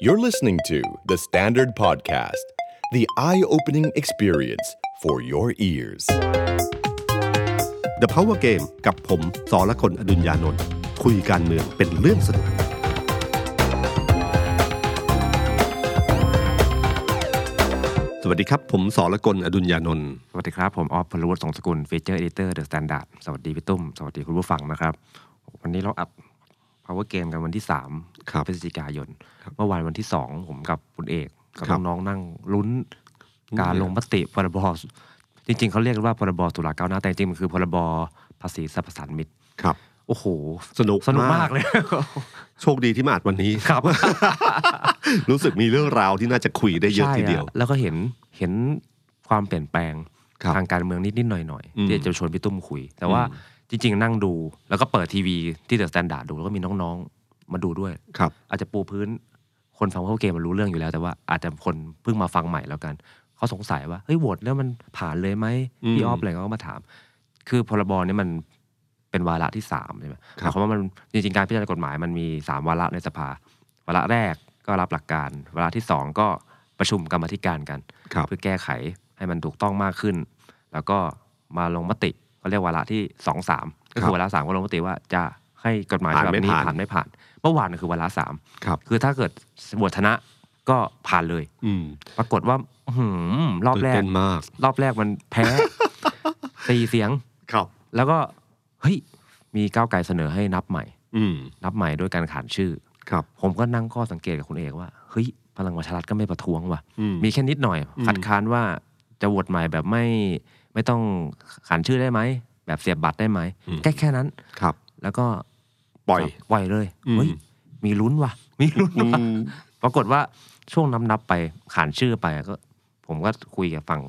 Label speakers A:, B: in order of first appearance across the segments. A: You're listening to The Standard Podcast, the eye opening experience for your ears.
B: The Power Game กับผมสอละคนอดุญญานนท์คุยการเมืองเป็นเรื่องสนุก สวัสดีครับ ผมสอละกลอดุญญานนท์
C: สวัสดีครับ ผมออฟพลวัตสงสกุลฟีเจอร์เอดิเตอร์เดอะสแตนดาร์ดสวัสดีพี่ตุ้ม สวัสดีคุณผู้ฟังนะครับ วันนี้เราอัพ power game กันวันที่
B: ครับ
C: 3พฤศจิกายน เมื่อวานวันที่ 2 ผมกับคุณเอก กับ
B: ครับ
C: น้องๆนั่งลุ้น การลงมติพรบจริง ๆ เขาเรียกกันว่าพรบตุลาก้าวหน้าแต่จริงๆมันคือพรบภาษีสรรพสานมิต
B: ครับ
C: โอ้โห
B: สนุก
C: สนุก
B: มาก
C: มากเลย
B: โชคดีที่มาอัดวันนี้
C: ครับ
B: รู้สึกมีเรื่องราวที่น่าจะคุยได้เยอะ
C: ใช่
B: ทีเดียว
C: อะแล้วก็เห็นเห็นความเปลี่ยนแปลง
B: ครับ
C: ทางการเมืองนิดๆหน่อย
B: อืม
C: ๆที่จะชวนพี่ตุ้มคุย แต่ว่าจริง ๆ นั่งดูแล้วก็เปิดทีวีที่เดอะสแตนดาร์ดดูแล้วก็มีน้องๆ มาดูด้วย
B: ครับ
C: อาจจะปูพื้นคนฟังพวกเกมมันรู้เรื่องอยู่แล้ว แต่ว่าอาจจะคนเพิ่งมาฟังใหม่แล้วกันเขาสงสัยว่าเฮ้ยโหวตแล้วมันผ่านเลยไหม
B: อืม
C: พี่ออฟอะไรก็มาถาม คือพรบเนี่ยมันเป็นวาระที่สามใช่ไหม
B: ค
C: ห
B: รับ
C: มายความว่ามันจริงๆการพิจารณากฎหมายมันมีสามวาระในสภา วาระแรกก็รับหลักการ วาระที่สองก็ประชุมกรรมาธิการกัน
B: ครับ
C: เพื่อแก้ไขให้มันถูกต้องมากขึ้น แล้วก็มาลงมติเขาเรียกวาระที่สองสามก็
B: ครั
C: คื
B: บ
C: อวาระสามก็ลงมติว่าจะให้กฎหมายฉ
B: ผ่าน
C: บับ
B: ไม่
C: นี้
B: ผ่าน
C: ผ่านไม่ผ่าน เมื่อวานคือวาระสาม
B: ครับ
C: คือถ้าเกิดโหวตชนะก็ผ่านเลย
B: อืม
C: ปรากฏว่าอื้อหือรอบ
B: ตื่น
C: แรก
B: เต้นมาก
C: รอบแรกมันแพ้ ตีเสียง
B: ครับ
C: แล้วก็เฮ้ยมีก้าวไกลเสนอให้นับใหม่
B: อืม
C: นับใหม่ด้วยการขานชื่อ
B: ครับ
C: ผมก็นั่งข้อสังเกตกับคุณเอกว่าเฮ้ยพลังประชารัฐก็ไม่ประท้วงว่ะ
B: อืม
C: มีแค่นิดหน่อย
B: อืม
C: คัดค้านว่าจะโหวตใหม่แบบไม่ไม่ต้องขันชื่อได้ไหม แบบเสียบบัตรได้ไหมแค่แค่นั้น
B: ครับ
C: แล้วก็
B: ปล่อย
C: ปล่อยเลย
B: อืม
C: เฮ้ยมีลุ้นว่ะ มีลุ้น
B: อื
C: ว่ะ
B: ม
C: ปรากฏว่าช่วงนับนับๆไปขานชื่อไปก็ ผมก็คุยกับฝั่ง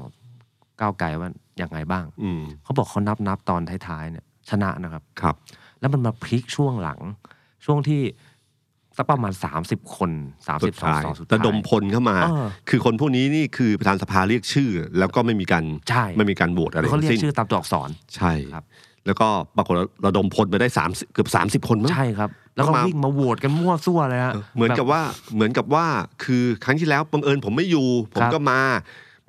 C: ก้าวไกลว่าอย่างไงบ้าง
B: อืม
C: เขาบอกเขานับนับๆตอนท้ายๆเนี่ยชนะนะครับ
B: ครับ
C: แล้วมันมาพลิกช่วงหลัง ช่วงที่สักประมาณ 30 คน
B: สุด
C: 30สอ
B: ท้าย
C: สอสุดท้าย
B: ระดมพลเข้ามา
C: เออ
B: คือคนพวกนี้นี่คือประธานสภาเรียกชื่อ แล้วก็ไม่มีการ
C: ใช่
B: ไม่มีการโหวตอะไรทั้
C: เขาเรีย
B: งสิ้
C: ก
B: น
C: ชื่อตามตัวอักษร
B: ใช่
C: ครับ
B: แล้วก็ปรากฏว่าระดมพลไปได้30เกือบ30 คนมั้ง
C: ใช่ครับ แล้วก็
B: ต้องมา
C: วิ่งมาโหวตกันมั่วซั่วเลยฮะ
B: เหมือนกับ
C: แบบ
B: ว่าเหมือนกับว่าคือครั้งที่แล้วบังเอิญผมไม่อยู่ ผม
C: ครับ
B: ก็มา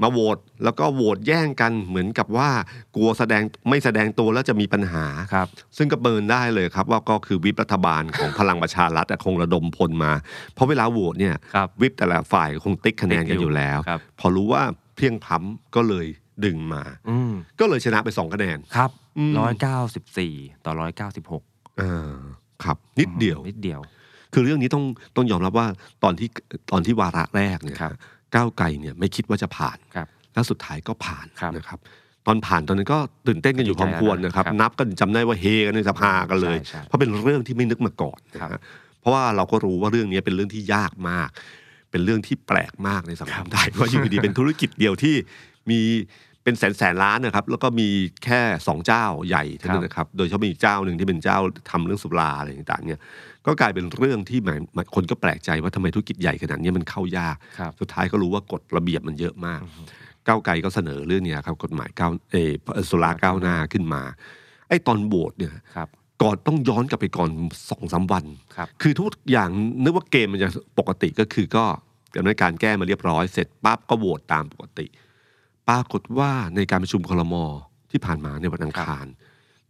B: มาโหวตแล้วก็โหวตแย่งกัน เหมือนกับว่ากลัวแสดงไม่แสดงตัวแล้วจะมีปัญหา
C: ครับ
B: ซึ่งก็เบิร์นได้เลยครับ ว่าก็คือวิปรัฐบาลของ พลังประชารัฐอะคงระดมพลมา เพราะเวลาโหวตเนี่ย
C: ครับ
B: วิปแต่ละฝ่ายคงติ๊กคะแนนกัน
C: ติ๊ก
B: อ
C: อยู่
B: ยู่แล้ว
C: ครับ
B: พอรู้ว่าเพลียงพล้ำก็เลยดึงมา
C: อืม
B: ก็เลยชนะไปสองคะแนน
C: ครับ
B: อืม
C: ร้อยเก้าสิบสี่ต่อร้อยเก้าสิบหก
B: เออครับนิดเดียว
C: นิดเดียว
B: คือเรื่องนี้ต้องต้องยอมรับว่าตอนที่ตอนที่วาระแรกเนี่ย
C: ครับ
B: ก้าวไกลเนี่ยไม่คิดว่าจะผ่าน
C: ครับ
B: แล้วสุดท้ายก็ผ่าน
C: ครับ
B: นะครับ ตอนผ่านตอนนั้นก็ตื่นเต้นกันอยู่พอสมควรนะครับ
C: ครับ
B: นับกันจำได้ว่าเฮกันในสภากันเลย
C: ใช่ใช่
B: เพราะเป็นเรื่องที่ไม่นึกมาก่อนนะ
C: ครั
B: ฮะ
C: บ
B: เพราะว่าเราก็รู้ว่าเรื่องนี้เป็นเรื่องที่ยากมาก เป็นเรื่องที่แปลกมากในสังคมไทยว่าอยู่ดีๆเป็นธุรกิจเดียวที่มีเป็นแสนแสนๆล้านนะครับ แล้วก็มีแค่สองเจ้าใหญ่เท่านั้นนะครับ โดยเฉพาะมีเจ้าหนึ่งที่เป็นเจ้าทำเรื่องสุราอะไรต่างๆเนี่ย ก็กลายเป็นเรื่องที่หมายหมายคนก็แปลกใจว่าทำไมธุรกิจใหญ่ขนาดนี้มันเข้ายาก
C: ครับ
B: สุดท้ายก็รู้ว่ากฎระเบียบมันเยอะมาก ก้าวไกลก็เสนอเรื่องเนี้ยครับกฎหมายก้าวเออสุราก้าวหน้าขึ้นมา ไอ้ตอนโบสเนี่ย
C: ครับ
B: ก่อนต้องย้อนกลับไปก่อนสองสามวัน
C: ครับ
B: คือทุกอย่างนึกว่าเกมมันจะปกติก็คือก็ดำเนินการแก้มาเรียบร้อยเสร็จปั๊บก็โหวตตามปกติ ปรากฏว่าในการประชุมคลมที่ผ่านมาในวันอังคาร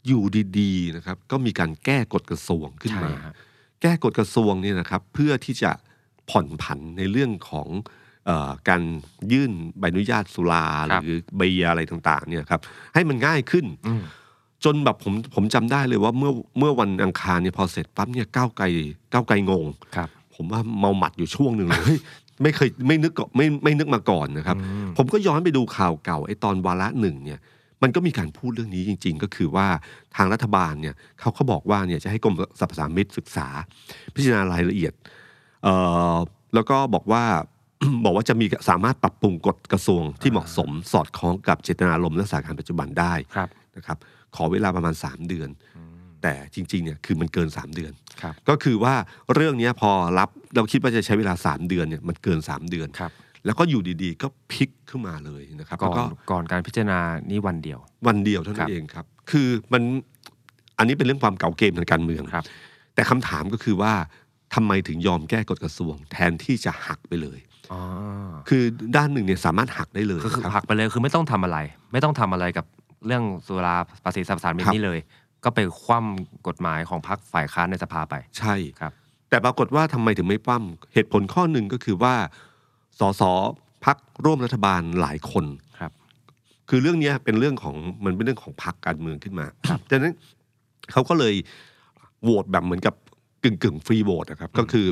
B: อยู่ดีๆนะครับก็มีการแก้กฎกระทรวงขึ้นมา
C: ใช่ฮะ
B: แก้กฎกระทรวงเนี่ยนะครับเพื่อที่จะผ่อนผันในเรื่องของเออการยื่นใบอนุญาตสุราห
C: ครับ
B: รือเบียร์อะไรต่างๆเนี่ยครับให้มันง่ายขึ้น
C: อืม
B: จนแบบผมผมจำได้เลยว่าเมื่อเมื่อวันอังคารเนี่ยพอเสร็จปั๊บเนี่ยก้าวไกลก้าวไกลงง
C: ครับ
B: ผมว่าเมาหมัดอยู่ช่วงหนึ่ง เลยเฮ้ยไม่เคยไม่นึกก่อนไม่ไม่นึกมาก่อนนะครับ
C: อืม
B: ผมก็ย้อนไปดูข่าวเก่าไอ้ตอนวาระหนึ่งเนี่ยมันก็มีการพูดเรื่องนี้จริง ๆ ก็คือว่าทางรัฐบาลเนี่ยเขาก็บอกว่าเนี่ยจะให้กรมสรรพสามิตศึกษา พิจารณารายละเอียดเอ่อแล้วก็บอกว่า บอกว่าจะมีสามารถปรับปรุงกฎกระทรวงที่เหมาะสมสอดคล้องกับเจตนารมณ์และสถานการณ์ปัจจุบันได้
C: ครับ
B: นะครับขอเวลาประมาณ 3 เดือน
C: อืม
B: แต่จริงๆเนี่ยคือมันเกิน 3 เดือน
C: ครับ
B: ก็คือว่าเรื่องเนี้ยพอรับเราคิดว่าจะใช้เวลา 3 เดือนเนี่ยมันเกิน 3 เดือน
C: ครับ
B: แล้วก็อยู่ดีๆ ก็พลิกขึ้นมาเลยนะครับ
C: ก่
B: แล้ว
C: อน
B: ก็
C: ก่อนการพิจารณานี่วันเดียว
B: วันเดียวเท่า
C: ครั
B: นั้น
C: บ
B: เองครับ คือมันอันนี้เป็นเรื่องความเก่าเกมทางการเมือง
C: ครับ
B: แต่คำถามก็คือว่า ทำไมถึงยอมแก้กฎกระทรวง แทนที่จะหักไปเลย
C: อ๋อ
B: คือด้านหนึ่งเนี่ยสามารถหักได้เลย
C: ก็คือ
B: ครับ
C: หักไปเลยคือไม่ต้องทำอะไร ไม่ต้องทำอะไรกับเรื่องสุราภาษีสรรพสามิต
B: ครับ
C: นี่เลย ก็ไปคว่ำกฎหมายของพรรคฝ่ายค้านในสภาไป
B: ใช่
C: ครับ
B: แต่ปรากฏว่าทำไมถึงไม่ปั้มเหตุผลข้อหนึ่งก็คือว่าสสพักร่วมรัฐบาลหลายคน
C: ครับ
B: คือเรื่องเนี้ยเป็นเรื่องของมันเป็นเรื่องของพรรคการเมืองขึ้นมาดังนั้นเขาก็เลยโหวตแบบเหมือนกับกึ่งกึ่งฟรีโหวตนะครับ ก็คือ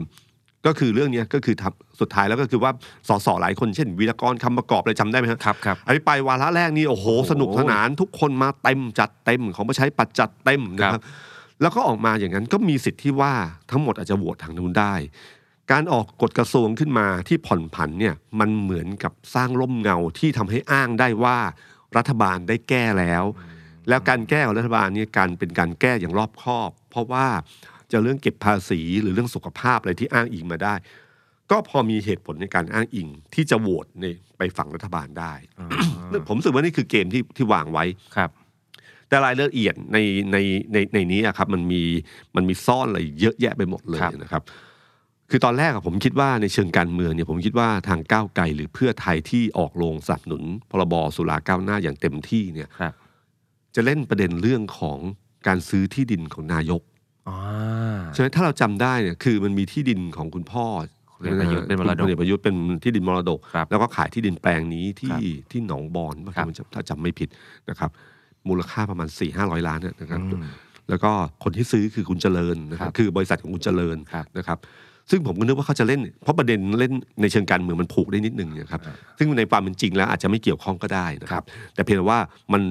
B: ก็คือเรื่องเนี้ยก็คือทำสุดท้ายแล้วก็คือว่าสสหลายคนเช่นวีรกรคำประกอบอะไรจำได้ไหมครับ
C: ครับครับ
B: อภิปรายวาระแรกนี่โอ้โห
C: โอ้โห
B: สนุกสนานทุกคนมาเต็มจัดเต็มของประชาธิปัตย์จัดเต็มนะค
C: ครั
B: รับ
C: บ
B: แล้วก็ออกมาอย่างนั้นก็มีสิทธิ์ที่ว่าทั้งหมดอาจจะโหวตทางนู้นได้ การออกกฎกระทรวงขึ้นมาที่ผ่อนผันเนี่ยมันเหมือนกับสร้างร่มเงาที่ทำให้อ้างได้ว่ารัฐบาลได้แก้แล้ว แล้วการแก้ของรัฐบาลเนี่ยการเป็นการแก้อย่างรอบคอบ เพราะว่าจะเรื่องเก็บภาษีหรือเรื่องสุขภาพอะไรที่อ้างอิงมาได้ ก็พอมีเหตุผลในการอ้างอิงที่จะโหวตในไปฝั่งรัฐบาลได้
C: อ่า
B: ผมรู้สึกว่านี่คือเกมที่ที่วางไว้
C: ครับ
B: แต่รายละเอียดในในในในนี้อะครับมันมีมันมีซ่อนอะไรเยอะแยะไปหมดเลยนะครับ คือตอนแรกอะผมคิดว่าในเชิงการเมืองเนี่ยผมคิดว่าทางก้าวไกลหรือเพื่อไทยที่ออกโรงสนับสนุนพรบสุราก้าวหน้าอย่างเต็มที่เนี่ย
C: ครับ
B: จะเล่นประเด็นเรื่องของการซื้อที่ดินของนายก
C: อ๋อ
B: ฉะนั้นถ้าเราจำได้เนี่ยคือมันมีที่ดินของคุณพ่อ
C: คุณเอกประยุทธ์เป็นมรดก
B: คุณเอกประยุทธ์เป็นที่ดินมรดก
C: ครับ
B: แล้วก็ขายที่ดินแปลงนี้ที่
C: ครับ
B: ที่หนองบอน
C: ครับ
B: ถ้าจำไม่ผิดนะครับ มูลค่าประมาณ4ี่ห้าร้อยล้านเนี่ยนะครับ
C: อืม
B: แล้วก็คนที่ซื้อคือคุณเจริญนะครั
C: ครับ บ
B: คือบริษัทของคุณเจริญ
C: ครับ
B: นะครับ ซึ่งผมก็นึกว่าเขาจะเล่น เพราะประเด็นเล่นในเชิงการเมืองมันผูกได้นิดนึงเนะครับซึ่งในความเป็นจริงแล้วอาจจะไม่เกี่ยวข้องก็ได้นะครับ แต่เพียงแต่ว่ามัน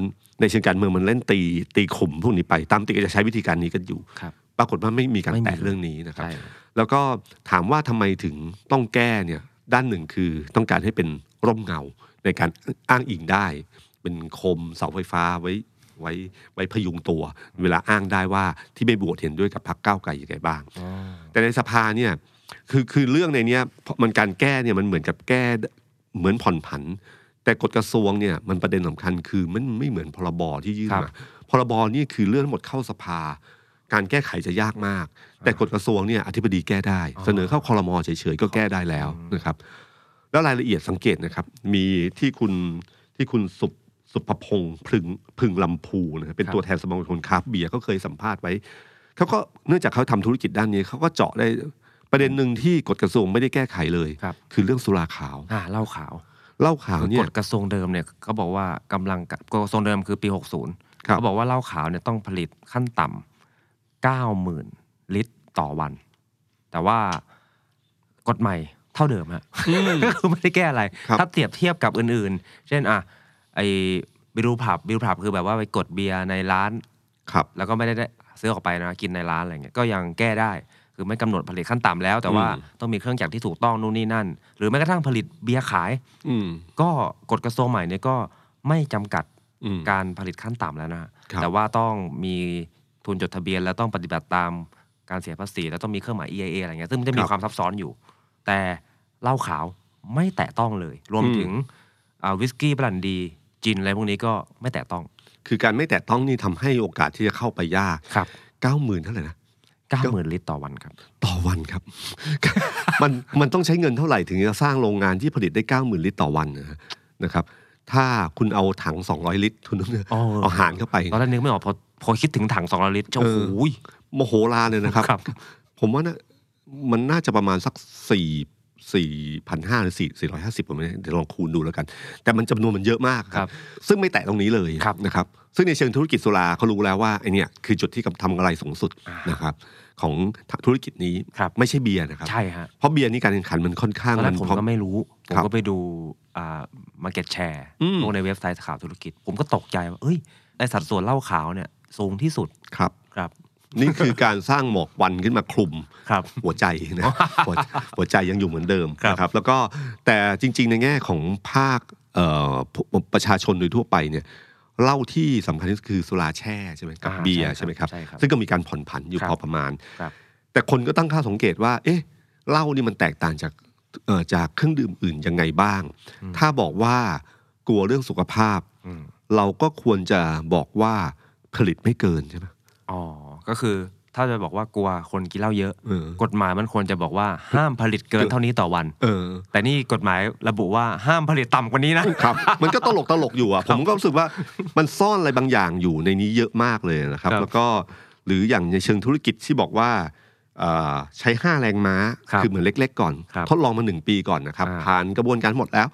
B: ในเชิงการเมืองมันเล่นตีตีข่มพวกนี้ไปตามติก็จะใช้วิธีการนี้กันอยู่
C: ครับ
B: ปรากฏว่าไม่มีการ
C: ไม่มี
B: แตะเรื่องนี้นะครับ
C: ใช่
B: แล้วก็ถามว่าทำไมถึงต้องแก้เนี่ยด้านหนึ่งคือต้องการให้เป็นร่มเงาในการอ้างอิงได้ เป็นโคมเสาไฟฟ้าไว้ไว้ไว้พยุงตัว เวลาอ้างได้ว่าที่ไม่บวชเห็นด้วยกับพรรคก้าวไกลยังไงบ้าง
C: อ๋อ
B: แต่ในสภาเนี่ยคือคือเรื่องในเนี้ยมันการแก้เนี่ยมันเหมือนกับแก้เหมือนผ่อนผัน แต่กฎกระทรวงเนี่ยมันประเด็นสำคัญคือมันไม่เหมือนพรบที่ยื่นมาพรบนี่คือเรื่องหมดเข้าสภา การแก้ไขจะยากมาก แต่กฎกระทรวงเนี่ยอธิบดีแก้ได้ เสนอเข้าคอรมอเฉยๆก็แก้ได้แล้วนะครับ แล้วรายละเอียดสังเกตนะครับ มีที่คุณที่คุณสุภสุภพงศ์พึงพึงลำพูนะครับเป็นตัวแทนสมาคมคราฟต์เบียร์ก็เคยสัมภาษณ์ไว้ เขาก็เนื่องจากเขาทำธุรกิจด้านนี้เขาก็เจาะได้ประเด็นหนึ่งที่กฎกระทรวงไม่ได้แก้ไขเลย
C: ครับ
B: คือเรื่องสุราขาว
C: อ่าเหล่าขาว
B: เหล้าขาว
C: คือ
B: เนี่
C: ก
B: ย
C: ฎกระทรวงเดิมเนี่ยเขาบอกว่ากำลังกฎกระทรวงเดิมคือปี 60
B: ครับ
C: เขาบอกว่าเหล้าขาวเนี่ยต้องผลิตขั้นต่ำ90,000 ลิตรต่อวัน แต่ว่ากฎใหม่เท่าเดิมฮะคือไม่ได้ แก้อะไร
B: ครับ
C: ถ้าเทียบเทียบกับอื่นๆ เช่นอ่ะไอบิรูผับบิรูผับคือแบบว่าไปกดเบียร์ในร้าน
B: ครับ
C: แล้วก็ไม่ได้ได้ซื้อออกไปนะกินในร้านอะไรเงี้ยก็ยังแก้ได้ คือไม่กำหนดผลิตขั้นต่ำแล้ว แต่ว่า
B: อืม
C: ต้องมีเครื่องจักรที่ถูกต้องนู่นนี่นั่น หรือแม้กระทั่งผลิตเบียร์ขาย
B: อืม
C: ก็กฎกระทรวงใหม่เนี่ยก็ไม่จำกัด
B: อืม
C: การผลิตขั้นต่ำแล้วนะฮะ
B: ครับ
C: แต่ว่าต้องมีทุนจดทะเบียนแล้วต้องปฏิบัติตามการเสียภาษี แล้วต้องมีเครื่องหมาย EIA อะไรเงี้ยซึ่งมันจะมีความซับซ้อนอยู่ แต่เหล้าขาวไม่แตะต้องเลย รวมถึงวิสกี้บรันดีจินอะไรพวกนี้ก็ไม่แตะต้อง
B: คือการไม่แตะต้องนี่ทำให้โอกาสที่จะเข้าไปยาก
C: ครับ
B: เก้าหมื่นเท่าไหร่นะ
C: 90,000ลิตรต่อวันครับ
B: ต่อวันครับ มันมันต้องใช้เงินเท่าไหร่ถึงจะสร้างโรงงานที่ผลิตได้ 90,000 ลิตรต่อวันนะฮะนะครับ ถ้าคุณเอาถัง 200 ลิตรทุนเนี่ย
C: อ๋อ
B: เอาหารเข้าไป
C: ตอนแรกนึกไม่ออกพอพอคิดถึงถังสองลิตรโอ้โห
B: โมโหลานเลยนะครับ
C: ครับ
B: ผมว่านะมันน่าจะประมาณสักสี่สี่พันห้าหรือสี่สี่ร้อยห้าสิบผมไม่แน่เดี๋ยวลองคูณดูแล้วกัน แต่มันจำนวนมันเยอะมาก
C: ครับ
B: ซึ่งไม่แตะตรงนี้เลย
C: ครับ
B: นะครับ ซึ่งในเชิงธุรกิจสุราเขารู้แล้วว่าไอเนี่ยคือจุดที่ทำกำไรสูงสุดนะครับ ของธุรกิจนี้
C: ครับ
B: ไม่ใช่เบียร์นะครับ
C: ใช่ฮะ
B: เพราะเบียร์นี่การแข่งขันมันค่อนข้าง
C: ตอนแร
B: มั
C: ก
B: น
C: ผม
B: พร้อ
C: ก็ไม่รู้ ผม
B: ครับ
C: ก็ไปดูอ่า market share
B: อืม
C: ลงในเว็บไซต์ข่าวธุรกิจ ผมก็ตกใจว่า เอ้ยไอสัดส่วนเหล้าขาวเนี่ย สูงที่สุด
B: ครับ
C: ครับ
B: นี่คือการสร้างหมอกวันขึ้นมาคลุม
C: ครับ
B: หัวใจ นะ หัวหัวใจยังอยู่เหมือนเดิม
C: ครับ
B: นะครับ แล้วก็แต่จริง ๆ ในแง่ของภาคเอ่อผู้ประชาชนโดยทั่วไปเนี่ยเหล้าที่สำคัญที่สุดคือสุราแช่ใช่ไหมกับ
C: อ่า
B: เบียร์
C: ใช่
B: ใช่ไหมครับ
C: ใช่ครับ
B: ซึ่งก็มีการผ่อนผันอยู่
C: ครับ
B: พอประมาณ
C: ครับ
B: แต่คนก็ตั้งข้อสังเกตว่า เอ๊ะเหล้านี่มันแตกต่างจากเอ่อจากเครื่องดื่มอื่นยังไงบ้าง ถ้าบอกว่ากลัวเรื่องสุขภาพ
C: อืม
B: เราก็ควรจะบอกว่าผลิตไม่เกินใช่ไหม
C: อ๋อ ก็คือ ถ้าจะบอกว่ากลัวคนกินเหล้าเยอะ
B: เออ
C: กฎหมายมันควรจะบอกว่าห้ามผลิตเกินเท่านี้ต่อวัน
B: เออ
C: แต่นี่กฎหมายระบุว่าห้ามผลิตต่ำกว่านี้นะ
B: ครับ มันก็ตลกตลกอยู่อ่ะ ผมก็รู้สึกว่ามันซ่อนอะไรบางอย่างอยู่ในนี้เยอะมากเลยนะครับ
C: ครับ
B: แล้วก็หรืออย่างในเชิงธุรกิจที่บอกว่าเอ่อใช้ห้าแรงม้า
C: ครับ
B: อเหมือนเล็ก ๆ ก่อน
C: ครับ
B: ทดลองมาหนึ่งปีก่อนนะครับ
C: อ่า
B: ผ่านกระบวนการหมดแล้ว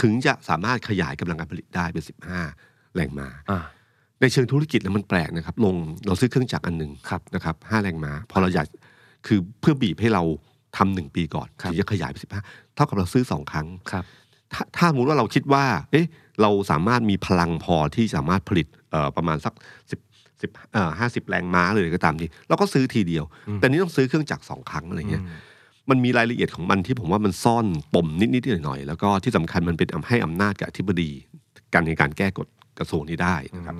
B: ถึงจะสามารถขยายกำลังการผลิตได้เป็น 15 แรงม้า
C: อ่า
B: ในเชิงธุรกิจแล้วมันแปลกนะครับลงเราซื้อเครื่องจักรอันหนึ่ง
C: ครับ
B: นะครับห้าแรงม้าพอเราอยากคือเพื่อบีบให้เราทำหนึ่งปีก่อน
C: ครับ
B: ถึงจะขยายไปสิบห้าเท่ากับเราซื้อสองครั้ง
C: ครับ
B: ถ้าถ้าสมมติว่าเราคิดว่า เอ๊ะ เราสามารถมีพลังพอที่สามารถผลิตเอ่อประมาณสักสิบสิบห้าสิบแรงม้าเลยก็ตามทีเราก็ซื้อทีเดียว แต่นี่ต้องซื้อเครื่องจักรสองครั้งอะไรเงี้ย มันมีรายละเอียดของมันที่ผมว่ามันซ่อนปมนิดนิดๆหน่อยๆแล้วก็ที่สำคัญมันเป็นอำให้อำนาจกับอธิบดีการในการแก้กฎกระทรวงนี้ได้นะครับ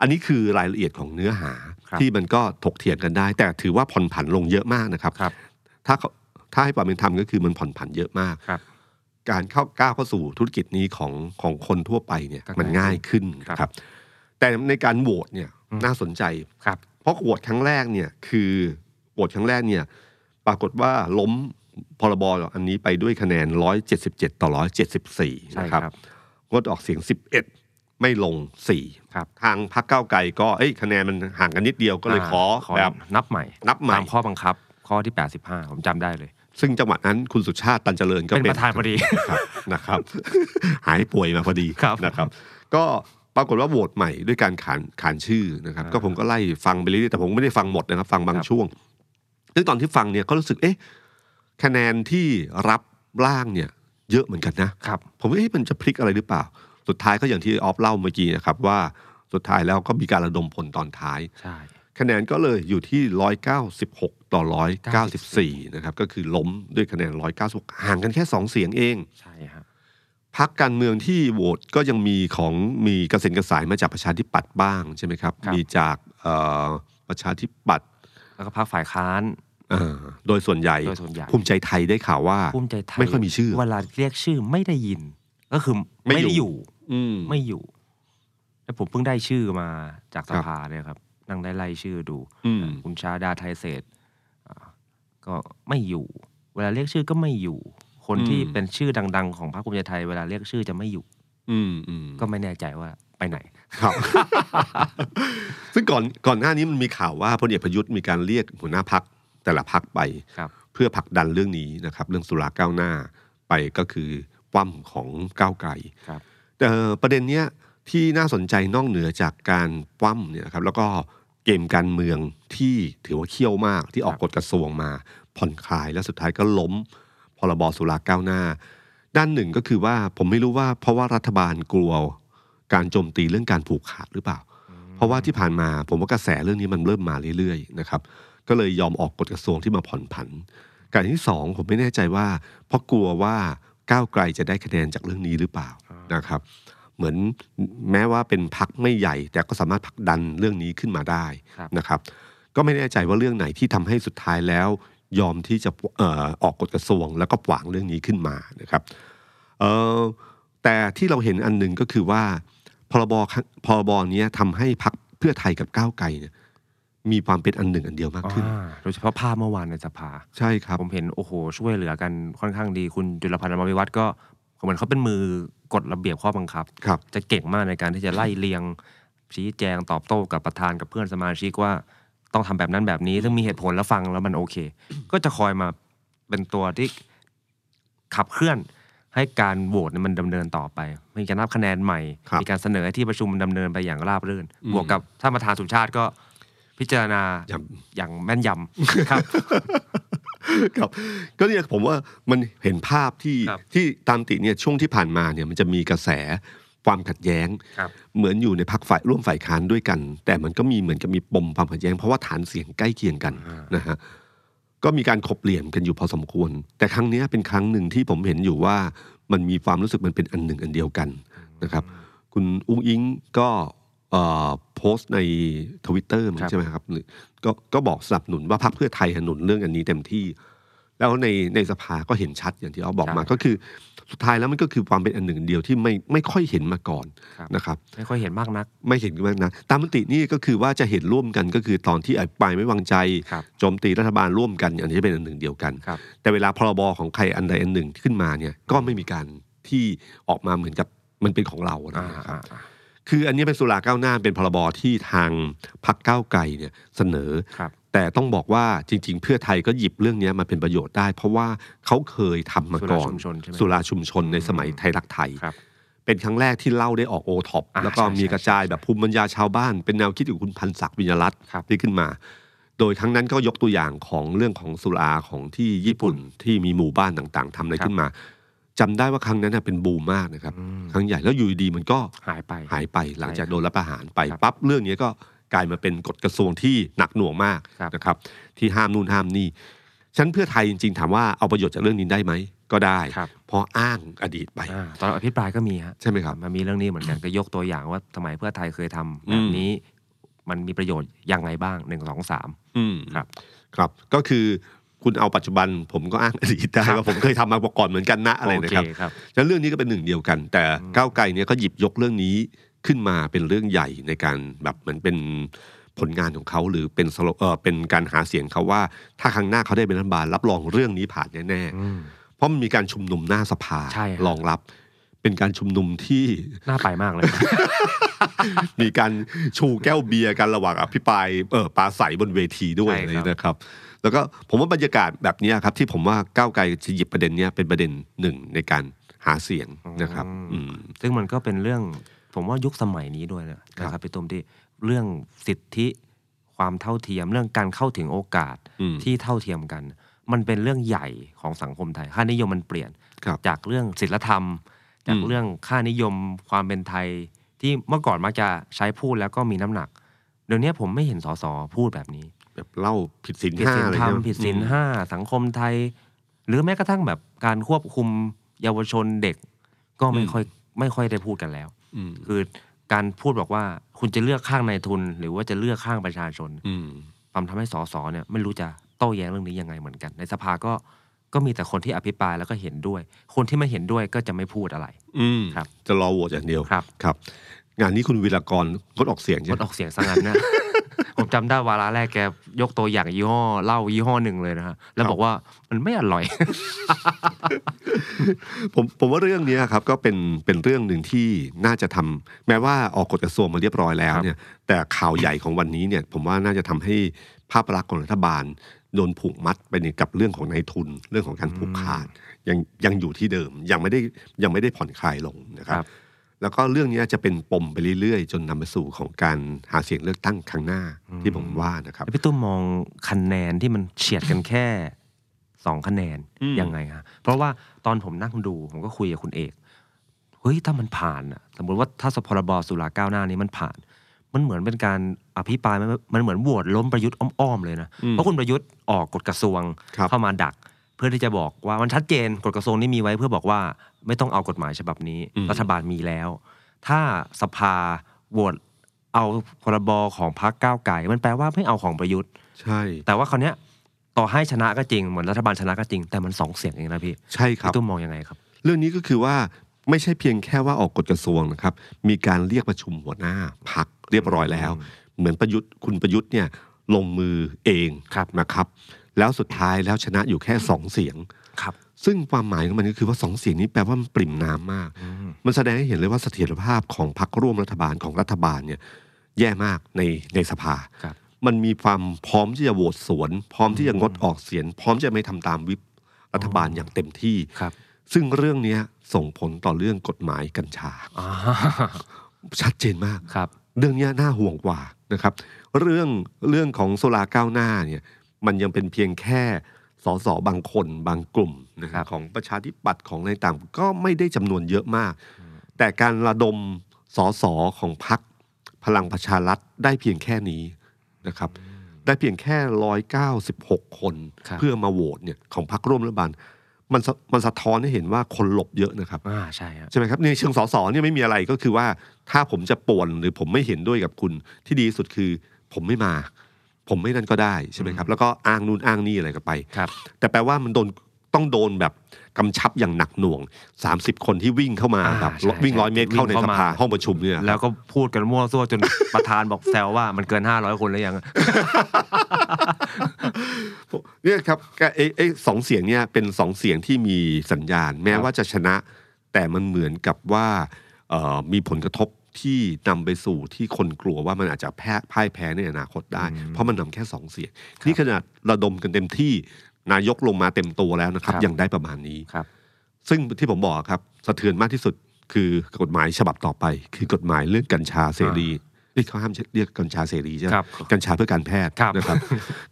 B: อันนี้คือรายละเอียดของเนื้อหา
C: ครับ
B: ที่มันก็ถกเถียงกันได้ แต่ถือว่าผ่อนผันลงเยอะมากนะครับ
C: ครับ
B: ถ้าเขาถ้าให้ความเป็นธรรมก็คือมันผ่อนผันเยอะมาก
C: ครับ
B: การเข้าก้าวเข้าสู่ธุรกิจนี้ของของคนทั่วไปเนี่ย
C: ก็ง่าย
B: มันง่ายขึ้น
C: ครับ
B: ครับ แต่ในการโหวตเนี่ย
C: อืม
B: น่าสนใจ
C: ครับ
B: เพราะโหวตครั้งแรกเนี่ยคือโหวตครั้งแรกเนี่ยปรากฏว่าล้มพรบอันนี้ไปด้วยคะแนน 177 ต่อ 174
C: ใช่
B: นะค
C: ครั
B: รั
C: บบ
B: งดออกเสียง 11 ไม่ลง 4
C: ครับ
B: ทางพรรคก้าวไกลก็เอ้ยคะแนนมันห่างกันนิดเดียวก็เลยขอ
C: ขอ
B: แบบ
C: นับใหม่
B: นับใหม่
C: ตามข้อบังคับ ข้อที่ 85 ผมจำได้เลย
B: ซึ่งจังหวะนั้นคุณสุชาติตันเจริญก็
C: เป็นประธานพอดี
B: ครับนะครับ หายป่วยมาพอดี
C: ครับ
B: นะครับ ก็ปรากฏว่าโหวตใหม่ด้วยการขานขานชื่อนะครับ
C: อ่า
B: ก็ผมก็ไล่ฟังไปเรื่อยๆแต่ผมไม่ได้ฟังหมดนะครับ ฟังบาง
C: ครับ
B: ช่วง ซึ่งตอนที่ฟังเนี่ยก็รู้สึกเอ๊ะคะแนนที่รับร่างเนี่ย เยอะเหมือนกันนะ
C: ครับ
B: ผมว่าเอ๊ะมันจะพลิกอะไรหรือเปล่า สุดท้ายก็อย่างที่ออฟเล่าเมื่อกี้นะครับว่าสุดท้ายแล้วก็มีการระดมพลตอนท้าย
C: ใช่
B: คะแนนก็เลยอยู่ที่ 196 ต่อ 194 นะครับ ก็คือล้มด้วยคะแนน 196 ห่างกันแค่ 2 เสียงเอง
C: ใช่ฮะ
B: พักการเมืองที่โหวตก็ยังมีของมีกระเซ็นกระสายมาจากประชาธิปัตย์บ้างใช่ไหมครับ
C: ครับ
B: มีจากเอ่อประชาธิปัตย์
C: แล้วก็พรรคฝ่ายค้าน
B: เอ่อโดยส่วนใหญ่
C: โดยส่วนใหญ่
B: ภูมิใจไทยได้ข่าวว่า
C: ภูมิใจไทย
B: ไม่ค่อยมีชื่อ
C: เวลาเรียกชื่อไม่ได้ยิน ก็คือ
B: ไม่
C: ไม่
B: อยู่
C: ได้อยู่
B: อืม
C: ไม่อยู่ แล้วผมเพิ่งได้ชื่อมาจาก
B: ค
C: ส
B: รับ
C: ภาเนี่ยครับ นั่งได้ไล่ชื่อดู
B: อืม
C: คุณชาดาไทยเศรษฐ์อ่าก็ไม่อยู่ เวลาเรียกชื่อก็ไม่อยู่ คนที่เป็นชื่อดัง ๆ ของพรรคภูมิใจไทยเวลาเรียกชื่อจะไม่อยู่
B: อืมอืม
C: ก็ไม่แน่ใจว่าไปไหน
B: ครับ ซึ่งก่อนก่อนหน้านี้มันมีข่าวว่าพลเอกประยุทธ์มีการเรียกหัวหน้าพักแต่ละพักไป
C: ครับ
B: เพื่อผลักดันเรื่องนี้นะครับ เรื่องสุราก้าวหน้าไปก็คือปั้มของก้าวไกล
C: ครับ
B: แต่ประเด็นเนี้ยที่น่าสนใจนอกเหนือจากการปั้มเนี่ยนะครับ แล้วก็เกมการเมืองที่ถือว่าเขี้ยวมากที่ออกกฎกระทรวงมา ผ่อนคลายและสุดท้ายก็ล้มพรบสุราก้าวหน้า ด้านหนึ่งก็คือว่าผมไม่รู้ว่าเพราะว่ารัฐบาลกลัวการโจมตีเรื่องการผูกขาดหรือเปล่า เพราะว่าที่ผ่านมาผมว่ากระแสเรื่องนี้มันเริ่มมาเรื่อยๆนะครับ ก็เลยยอมออกกฎกระทรวงที่มาผ่อนผันการที่สองผมไม่แน่ใจว่า เพราะกลัวว่าก้าวไกลจะได้คะแนนจากเรื่องนี้หรือเปล่านะครับ เหมือนแม้ว่าเป็นพักไม่ใหญ่ แต่ก็สามารถผลักดันเรื่องนี้ขึ้นมาได้
C: ครับ
B: นะครับ ก็ไม่แน่ใจว่าเรื่องไหนที่ทำให้สุดท้ายแล้ว ยอมที่จะเอ่อออกกฎกระทรวง แล้วก็ขวางเรื่องนี้ขึ้นมานะครับ เอ่อแต่ที่เราเห็นอันหนึ่งก็คือว่าพรบครั้งพรบเนี้ยทำให้พักเพื่อไทยกับก้าวไกลเนี่ยมีความเป็นอันหนึ่งอันเดียวมากขึ้น
C: อ่าโดยเฉพาะภาพเมื่อวานในสภา
B: ใช่ครับ
C: ผมเห็นโอ้โห ช่วยเหลือกันค่อนข้างดีคุณจุลพันธ์อมรวิวัฒน์ก็เหมือนเขาเป็นมือกฎระเบียบข้อบังคับ
B: ครับ
C: จะเก่งมากในการที่จะไล่เรียง ชี้แจงตอบโต้กับประธานกับเพื่อนสมาชิกว่าต้องทำแบบนั้นแบบนี้ซึ่งมีเหตุผลแล้วฟังแล้วมันโอเค ก็จะคอยมาเป็นตัวที่ขับเคลื่อนให้การโหวตเนี่ยมันดำเนินต่อไป มีการนับคะแนนใหม่
B: ครับ
C: มีการเสนอให้ที่ประชุมดำเนินไปอย่างราบรื่น
B: อืม
C: บวกกับท่านประธานสุชาติก็พิจารณา
B: อย่าง
C: อย่างแม่นย ำครับ
B: ครับก็เนี่ยผมว่ามันเห็นภาพที่
C: ครับ
B: ที่ตามติเนี่ยช่วงที่ผ่านมาเนี่ยมันจะมีกระแสความขัดแย้ง
C: ครับ
B: เหมือนอยู่ในพักฝ่ายร่วมฝ่ายค้านด้วยกัน แต่มันก็มีเหมือนกับมีปมความขัดแย้ง เพราะว่าฐานเสียงใกล้เคียงกัน
C: อ่าน
B: นะฮะก็มีการขบเหลี่ยมกันอยู่พอสมควร แต่ครั้งเนี้ยเป็นครั้งหนึ่งที่ผมเห็นอยู่ว่ามันมีความรู้สึกมันเป็นอันหนึ่งอันเดียวกันนะครับ คุณอุ้งอิงก็เอ่อโพสต์ในทวิตเตอร์
C: ครับ
B: ใช่ไหมครับหรือก็ก็บอกสนับสนุนว่าพรรคเพื่อไทยหนุนเรื่องอันนี้เต็มที่ แล้วในในสภาก็เห็นชัดอย่างที่เอาบอกมา
C: ใช่
B: ก็คือสุดท้ายแล้วมันก็คือความเป็นอันหนึ่งเดียวที่ไม่ไม่ค่อยเห็นมาก่อน
C: ครับ
B: นะครับ
C: ไม่ค่อยเห็นมากนัก
B: ไม่เห็นมากนะตามมตินี่ก็คือว่าจะเห็นร่วมกันก็คือตอนที่อภิปรายไม่วางใจ
C: ครับ
B: โจมตีรัฐบาลร่วมกันอันนี้เป็นอันหนึ่งเดียวกัน
C: ครับ
B: แต่เวลาพรบของใครอันใดอันหนึ่งขึ้นมาเนี่ยก็ไม่มีการที่ออกมาเหมือนกับมันเป็นของเรา
C: อ่า
B: นะครับ
C: อ่าอ่า
B: คืออันนี้เป็นสุราก้าวหน้าเป็นพรบที่ทางพักก้าวไกลเนี่ยเสนอ
C: ครับ
B: แต่ต้องบอกว่าจริง ๆ เพื่อไทยก็หยิบเรื่องเนี้ยมาเป็นประโยชน์ได้ เพราะว่าเขาเคยทำมาก่อน
C: สุราชุมชนใช่ไหม
B: สุราชุมชนในสมัยไทยรักไทย
C: ครับ
B: เป็นครั้งแรกที่เล่าได้ออกโอท็อป
C: อ่า
B: แล้วก็
C: ใช่ใช่
B: มีกระจายแบบภูมิปัญญาชาวบ้าน เป็นแนวคิดของคุณพันศักดิ์วิญญารัตน์
C: ครับ
B: ที่ขึ้นมา โดยครั้งนั้นก็ยกตัวอย่างของเรื่องของสุราของที่ญี่ปุ่นที่มีหมู่บ้านต่างๆทำอะไร
C: ครับ
B: ขึ้นมาจำได้ว่าครั้งนั้นนะเป็นบูมมากนะครับ
C: อืม
B: ครั้งใหญ่แล้วอยู่ดีๆมันก็
C: หายไป
B: หายไปหลังจากโดนรับประหารไป
C: ครับ
B: ปั๊บเรื่องนี้ก็กลายมาเป็นกฎกระทรวงที่หนักหน่วงมาก
C: ครับ
B: นะครับ ที่ห้ามนู่นห้ามนี่ฉะนันเพื่อไทยจริงๆ ถามว่าเอาประโยชน์จากเรื่องนี้ได้ไหม ก็ได้
C: ครับ
B: เพราะอ้างอดีตไป
C: อ่าตอนอภิปรายก็มีฮะ
B: ใช่ไหมครับ
C: มันมีเรื่องนี้เหมือนกันก็ยกตัวอย่างว่าสมัยเพื่อไทยเคยทำแบบนี้มันมีประโยชน์ยังไงบ้างหนึ่งสองสาม
B: อืม
C: ครับ
B: ครับก็คือคุณเอาปัจจุบันผมก็อ้างอดีตได้
C: ครับ
B: ว่าผมเคยทำมาก่อนเหมือนกันนะอะไรนะครับ
C: โอเคครับ
B: ฉะนั้นเรื่องนี้ก็เป็นหนึ่งเดียวกัน แต่ก้าวไกลเนี่ยก็หยิบยกเรื่องนี้ขึ้นมาเป็นเรื่องใหญ่ในการแบบเหมือนเป็นผลงานของเขาหรือเป็นสโลเออเป็นการหาเสียงเขาว่า ถ้าครั้งหน้าเขาได้เป็นรัฐบาลรับรองเรื่องนี้ผ่านแน่ๆเพราะมันมีการชุมนุมหน้าสภา
C: ใช่ครับ
B: รองรับ เป็นการชุมนุมที่
C: น่าไปมากเลย
B: มีการชูแก้วเบียร์กันระหว่างอภิปรายเออปราศัยบนเวทีด้วย
C: ใช่ครับ
B: อะไรนะครับ แล้วก็ผมว่าบรรยากาศแบบเนี้ยครับ ที่ผมว่าก้าวไกลจะหยิบประเด็นเนี้ยเป็นประเด็นหนึ่งในการหาเสียงนะครับอืม
C: ซึ่งมันก็เป็นเรื่องผมว่ายุคสมัยนี้ด้วยนะ
B: ค
C: นะค
B: รั
C: รับบ พี่ตุ้มที่เรื่องสิทธิความเท่าเทียม เรื่องการเข้าถึงโอกาส
B: อืม
C: ที่เท่าเทียมกัน มันเป็นเรื่องใหญ่ของสังคมไทย ค่านิยมมันเปลี่ยน
B: ครับ
C: จากเรื่องศิลธรรม จาก
B: อืม
C: เรื่องค่านิยมความเป็นไทย ที่เมื่อก่อนมักจะใช้พูดแล้วก็มีน้ำหนัก เดี๋ยวนี้ผมไม่เห็นสสพูดแบบนี้
B: แบบเล่าผิดศีล
C: ผิด
B: ห้า
C: ศีล
B: อะไร
C: ธรรม
B: เงี้ย
C: ผิดศีล
B: อืม
C: ห้าสังคมไทย หรือแม้กระทั่งแบบการควบคุมเยาวชนเด็ก ก็ไม่
B: อืม
C: ค่อยไม่ค่อยได้พูดกันแล้ว
B: อืม
C: คือการพูดบอกว่าคุณจะเลือกข้างนายทุน หรือว่าจะเลือกข้างประชาชน
B: อืม
C: ความทำให้สสเนี่ยไม่รู้จะโต้แย้งเรื่องนี้ยังไงเหมือนกัน ในสภาก็ก็มีแต่คนที่อภิปรายแล้วก็เห็นด้วย คนที่ไม่เห็นด้วยก็จะไม่พูดอะไร
B: อืม
C: ครับ
B: จะรอโหวตอย่างเดียว
C: ครับ
B: ครับ งานนี้คุณวิรากรงดออกเสียง
C: ง
B: ใช่
C: ด
B: ไหม
C: ออกเสียงซะงั้นนะ ผมจำได้วาระแรกแกยกตัวอย่างยี่ห้อเหล้ายี่ห้อหนึ่งเลยนะฮะแล้วบอกว่ามันไม่อร่อย
B: ผมผมว่าเรื่องเนี้ยครับก็เป็นเป็นเรื่องหนึ่งที่น่าจะทำแม้ว่าออกกฎกระทรวงมาเรียบร้อยแล้ว
C: ครับ
B: เนี่ย แต่ข่าวใหญ่ของวันนี้เนี่ย ผมว่าน่าจะทำให้ภาพลักษณ์ของรัฐบาลโดนผูกมัดไปเนี่ยกับเรื่องของนายทุนเรื่องของการผูกขาดยังยังอยู่ที่เดิมยังไม่ได้ยังไม่ได้ผ่อนคลายลงนะครับ แล้วก็เรื่องนี้จะเป็นปมไปเรื่อยๆ จนนำไปสู่ของการหาเสียงเลือกตั้งครั้งหน้าที่ผมว่านะครับ
C: แล้วพี่ตุ้มมองคะแนนที่มันเฉียดกันแค่สองคะแนน
B: อืม
C: ยังไงฮะเพราะว่าตอนผมนั่งดูผมก็คุยกับคุณเอกเฮ้ยถ้ามันผ่านอะสมมติว่าถ้าสพรบสุราก้าวหน้านี้มันผ่าน มันเหมือนเป็นการอภิปรายมันมันเหมือนโหวตล้มประยุทธ์อ้อมๆเลยนะเพราะคุณประยุทธ์ออกกฎกระทรวง
B: ครับ
C: เข้ามาดัก เพื่อที่จะบอกว่ามันชัดเจนกฎกระทรวงนี้มีไว้เพื่อบอกว่าไม่ต้องเอากฎหมายฉบับนี้
B: อืม
C: รัฐบาลมีแล้ว ถ้าสภาโหวตเอาพรบของพรรคก้าวไก่มันแปลว่าไม่เอาของประยุทธ์
B: ใช่
C: แต่ว่าคราวเนี้ยต่อให้ชนะก็จริง เหมือนรัฐบาลชนะก็จริง แต่มันสองเสียงเองนะพี่
B: ใช่ครับ
C: พี่ตุ้มมองยังไงครับ
B: เรื่องนี้ก็คือว่าไม่ใช่เพียงแค่ว่าออกกฎกระทรวงนะครับ มีการเรียกประชุมหัวหน้าพักเรียบร้อยแล้ว เหมือนประยุทธ์คุณประยุทธ์เนี่ยลงมือเอง
C: ครับ
B: นะครับ แล้วสุดท้ายแล้วชนะอยู่แค่สองเสียง
C: ครับ
B: ซึ่งความหมายของมันก็คือว่าสองเสียงนี้แปลว่ามันปริ่มน้ำมาก มันแสดงให้เห็นเลยว่าเสถียรภาพของพรรคร่วมรัฐบาลของรัฐบาลเนี่ยแย่มากในในสภา
C: ครับ
B: มันมีความพร้อมที่จะโหวตสวน พร้อมที่จะงดออกเสียง พร้อมจะไม่ทำตามวิปรัฐบาลอย่างเต็มที่
C: ครับ
B: ซึ่งเรื่องเนี้ยส่งผลต่อเรื่องกฎหมายกัญชา
C: อ่า
B: ชัดเจนมาก
C: ครับ
B: เรื่องเนี้ยน่าห่วงกว่านะครับ เรื่องเรื่องของโซลาร์ก้าวหน้าเนี่ยมันยังเป็นเพียงแค่สสบางคนบางกลุ่มนะค
C: ครั
B: รับบ ของประชาธิปัตย์ของในต่างก็ไม่ได้จำนวนเยอะมาก แต่การระดมสสของพักพลังประชารัฐได้เพียงแค่นี้นะครับ ได้เพียงแค่ 196 คน
C: ครับ
B: เพื่อมาโหวตเนี่ยของพักร่วมรัฐบาลมันสะมันสะท้อนให้เห็นว่าคนหลบเยอะนะครับ
C: อ่าใช่ฮะ
B: ใช่ไหมครับในเชิงสสเนี่ยไม่มีอะไรก็คือว่าถ้าผมจะป่วนหรือผมไม่เห็นด้วยกับคุณที่ดีที่สุดคือผมไม่มา ผมไม่นั่นก็ได้ใช่ไหมครับแล้วก็อ้างนู่นอ้างนี่อะไรกันไป
C: ครับ
B: แต่แปลว่ามันโดนต้องโดนแบบกำชับอย่างหนักหน่วง 30 คนที่วิ่งเข้ามา
C: อ่า
B: แบบ
C: ใช่
B: วิ่ง
C: ใช่
B: ร้อยเมตรเข้าใน
C: วิ่ง
B: ส
C: เข้ามา
B: ภาห้องประชุมเนี่ย
C: แล้วก็พูดกันมั่วซั่วจน ประธานบอกแซวว่ามันเกิน 500 คนแล้วยัง
B: เนี่ยครับก็เอ้เอ้สองเสียงเนี่ยเป็นสองเสียงที่มีสัญญาณ แม้
C: ครับ
B: ว่าจะชนะ แต่มันเหมือนกับว่าเอ่อมีผลกระทบที่นำไปสู่ที่คนกลัวว่ามันอาจจะแพ้พ่ายแพ้ในอนาคตได้ เพราะมันนำแค่สองเสียงนี่ขนาดระดมกันเต็มที่นายกลงมาเต็มตัวแล้วนะครับยังได้ประมาณนี้
C: ครับ
B: ซึ่งที่ผมบอกครับสะเทือนมากที่สุดคือกฎหมายฉบับต่อไป คือกฎหมายเรื่องกัญชาเสรีนี่เขาห้ามเรียกกัญชาเสรีใช่ไหม
C: ครับ
B: กัญชาเพื่อการแพทย์
C: ครับ
B: นะครับ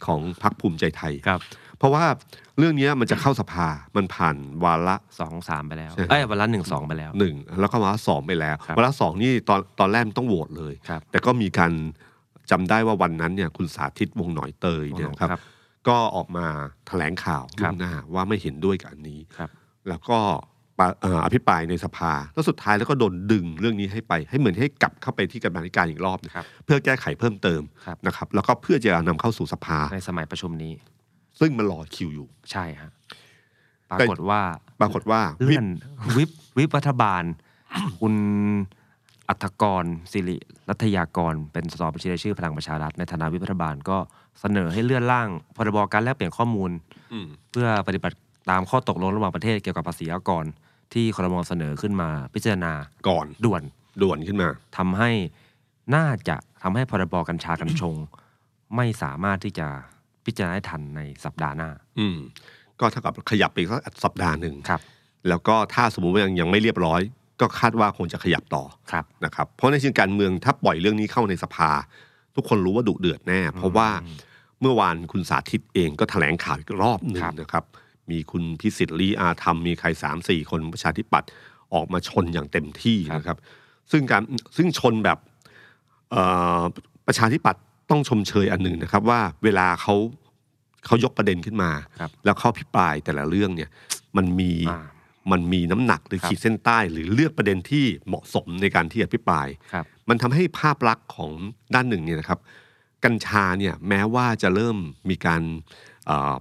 B: ของพรรคภูมิใจไทย
C: ครับ
B: เพราะว่าเรื่องเนี้ยมันจะเข้าสภามันผ่านวาระ
C: สองสามไปแล้ว
B: ใช่ครับ
C: เอ้ยวันละหนึ่งสองไปแล้ว
B: หนึ่งแล้วก็วาระสองไปแล้ว
C: ครับ
B: วาระสองนี่ตอนตอนแรกมันต้องโหวตเลย
C: ครับ
B: แต่ก็มีการจำได้ว่าวันนั้นเนี่ยคุณสาธิตวงศ์หน่อยเตยเนี่ยว
C: งหน่อย
B: ครับ
C: ครับ
B: ก็ออกมาแถลงข่าว
C: ค
B: ล่
C: รับ
B: วงหน้าว่าไม่เห็นด้วยกับอันนี้
C: ครับ
B: แล้วก็ปะเอ่ออภิปรายในสภา แล้วสุดท้ายแล้วก็โดนดึงเรื่องนี้ให้ไป ให้เหมือนให้กลับเข้าไปที่กรรมาธิการอีกรอบนะครับเพื่อแก้ไขเพิ่มเติม
C: ครับ
B: นะครับ แล้วก็เพื่อจะนำเข้าสู่สภา
C: ในสมัยประชุมนี้
B: ซึ่งมันรอคิวอยู่
C: ใช่ฮะปรากฏว่า
B: ปรากฏว่าวิ
C: เลื่อบ นวิบวิบรัฐบาล คุณอัธกรสิริรัตยากร เป็นสสบัญชีรายชื่อพลังประชารัฐในฐานะวิบรัฐบาลก็เสนอให้เลื่อนร่างพรบการแลกเปลี่ยนข้อมูล
B: อืม
C: เพื่อปฏิบัติตามข้อตกลงระหว่างประเทศเกี่ยวกับภาษีอากร ที่ครมเสนอขึ้นมาพิจารณา
B: ก่อน
C: ด่วน
B: ด่วนขึ้นมา
C: ทำให้น่าจะทำให้พรบกัญชากัญชง ไม่สามารถที่จะพิจารณาได้ทันในสัปดาห์หน้า
B: อืมก็เท่ากับขยับไปอีกสักสัปดาห์หนึ่ง
C: ครับ
B: แล้วก็ถ้าสมมุติว่ายังยังไม่เรียบร้อย ก็คาดว่าคงจะขยับต่อ
C: ครับ
B: นะครับเพราะในเชิงการเมืองถ้าปล่อยเรื่องนี้เข้าในสภา ทุกคนรู้ว่าดุเดือดแน่ เพราะว่าเมื่อวานคุณสาธิตเองก็แถลงข่าวอีกรอบหนึ่ง
C: ครับ
B: นะครับ มีคุณพิสิทธิ์ลีอาธรรมมีใคร3ามสี่คนประชาธิปัตย์ออกมาชนอย่างเต็มที่นะครับ ซึ่งการซึ่งชนแบบเอ่อประชาธิปัตย์ต้องชมเชยอันหนึ่งนะครับ ว่าเวลาเขาเขายกประเด็นขึ้นมา
C: ครับ
B: แล้วเข้าพิปรายแต่ละเรื่องเนี่ยมันมี
C: อ่า
B: มันมีน้ำหนักหรือ
C: ครับ
B: ขีดเส้นใต้ หรือเลือกประเด็นที่เหมาะสมในการที่อภิปราย
C: ครับ
B: มันทำให้ภาพลักษณ์ของด้านหนึ่งเนี่ยนะครับ กัญชาเนี่ยแม้ว่าจะเริ่มมีการเอ่อ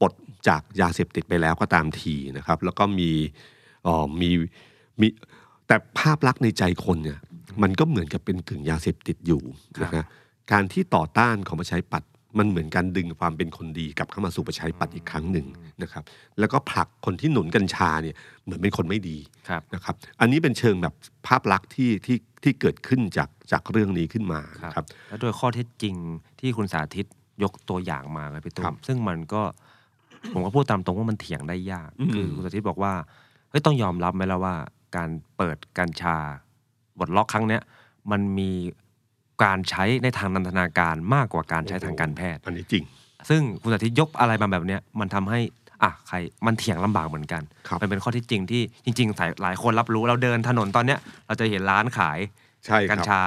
B: ปลดจากยาเสพติดไปแล้วก็ตามทีนะครับ แล้วก็มีเอ่อมีมีแต่ภาพลักษณ์ในใจคนเนี่ยมันก็เหมือนกับเป็นกึ่งยาเสพติดอยู่นะฮะการที่ต่อต้านของประชาธิปัตย์มันเหมือนการดึงความเป็นคนดีกลับเข้ามาสู่ประชาธิปัตย์อีกครั้งหนึ่งนะครับ แล้วก็ผลักคนที่หนุนกัญชาเนี่ยเหมือนเป็นคนไม่ดี
C: ครับ
B: นะครับอันนี้เป็นเชิงแบบภาพลักษณ์ที่ที่ที่เกิดขึ้นจากจากเรื่องนี้ขึ้นมานะครับ
C: และโดยข้อเท็จจริงที่คุณสาธิตยกตัวอย่างมาเลยพี่ตุ้
B: ครั
C: ม
B: บ
C: ซึ่งมันก็ ผมก็พูดตามตรงว่ามันเถียงได้ยาก
B: อืม
C: คือคุณสาธิตบอกว่าเฮ้ยต้องยอมรับไหมล่ะว่า การเปิดกัญชาบทล็อกครั้งเนี้ยมันมีการใช้ในทางนันทนาการมากกว่าการใช้ทางการแพทย์
B: อันนี้จริง
C: ซึ่งคุณสาธิตยกอะไรมาแบบเนี้ยมันทำให้อ่ะใครมันเถียงลำบากเหมือนกัน
B: ครับ
C: มันเป็นข้อเที่จริงที่จริงๆสายหลายคนรับรู้เราเดินถนนตอนเนี้ยเราจะเห็นร้านขาย
B: ใช่ค
C: กัญ
B: รับ
C: ชา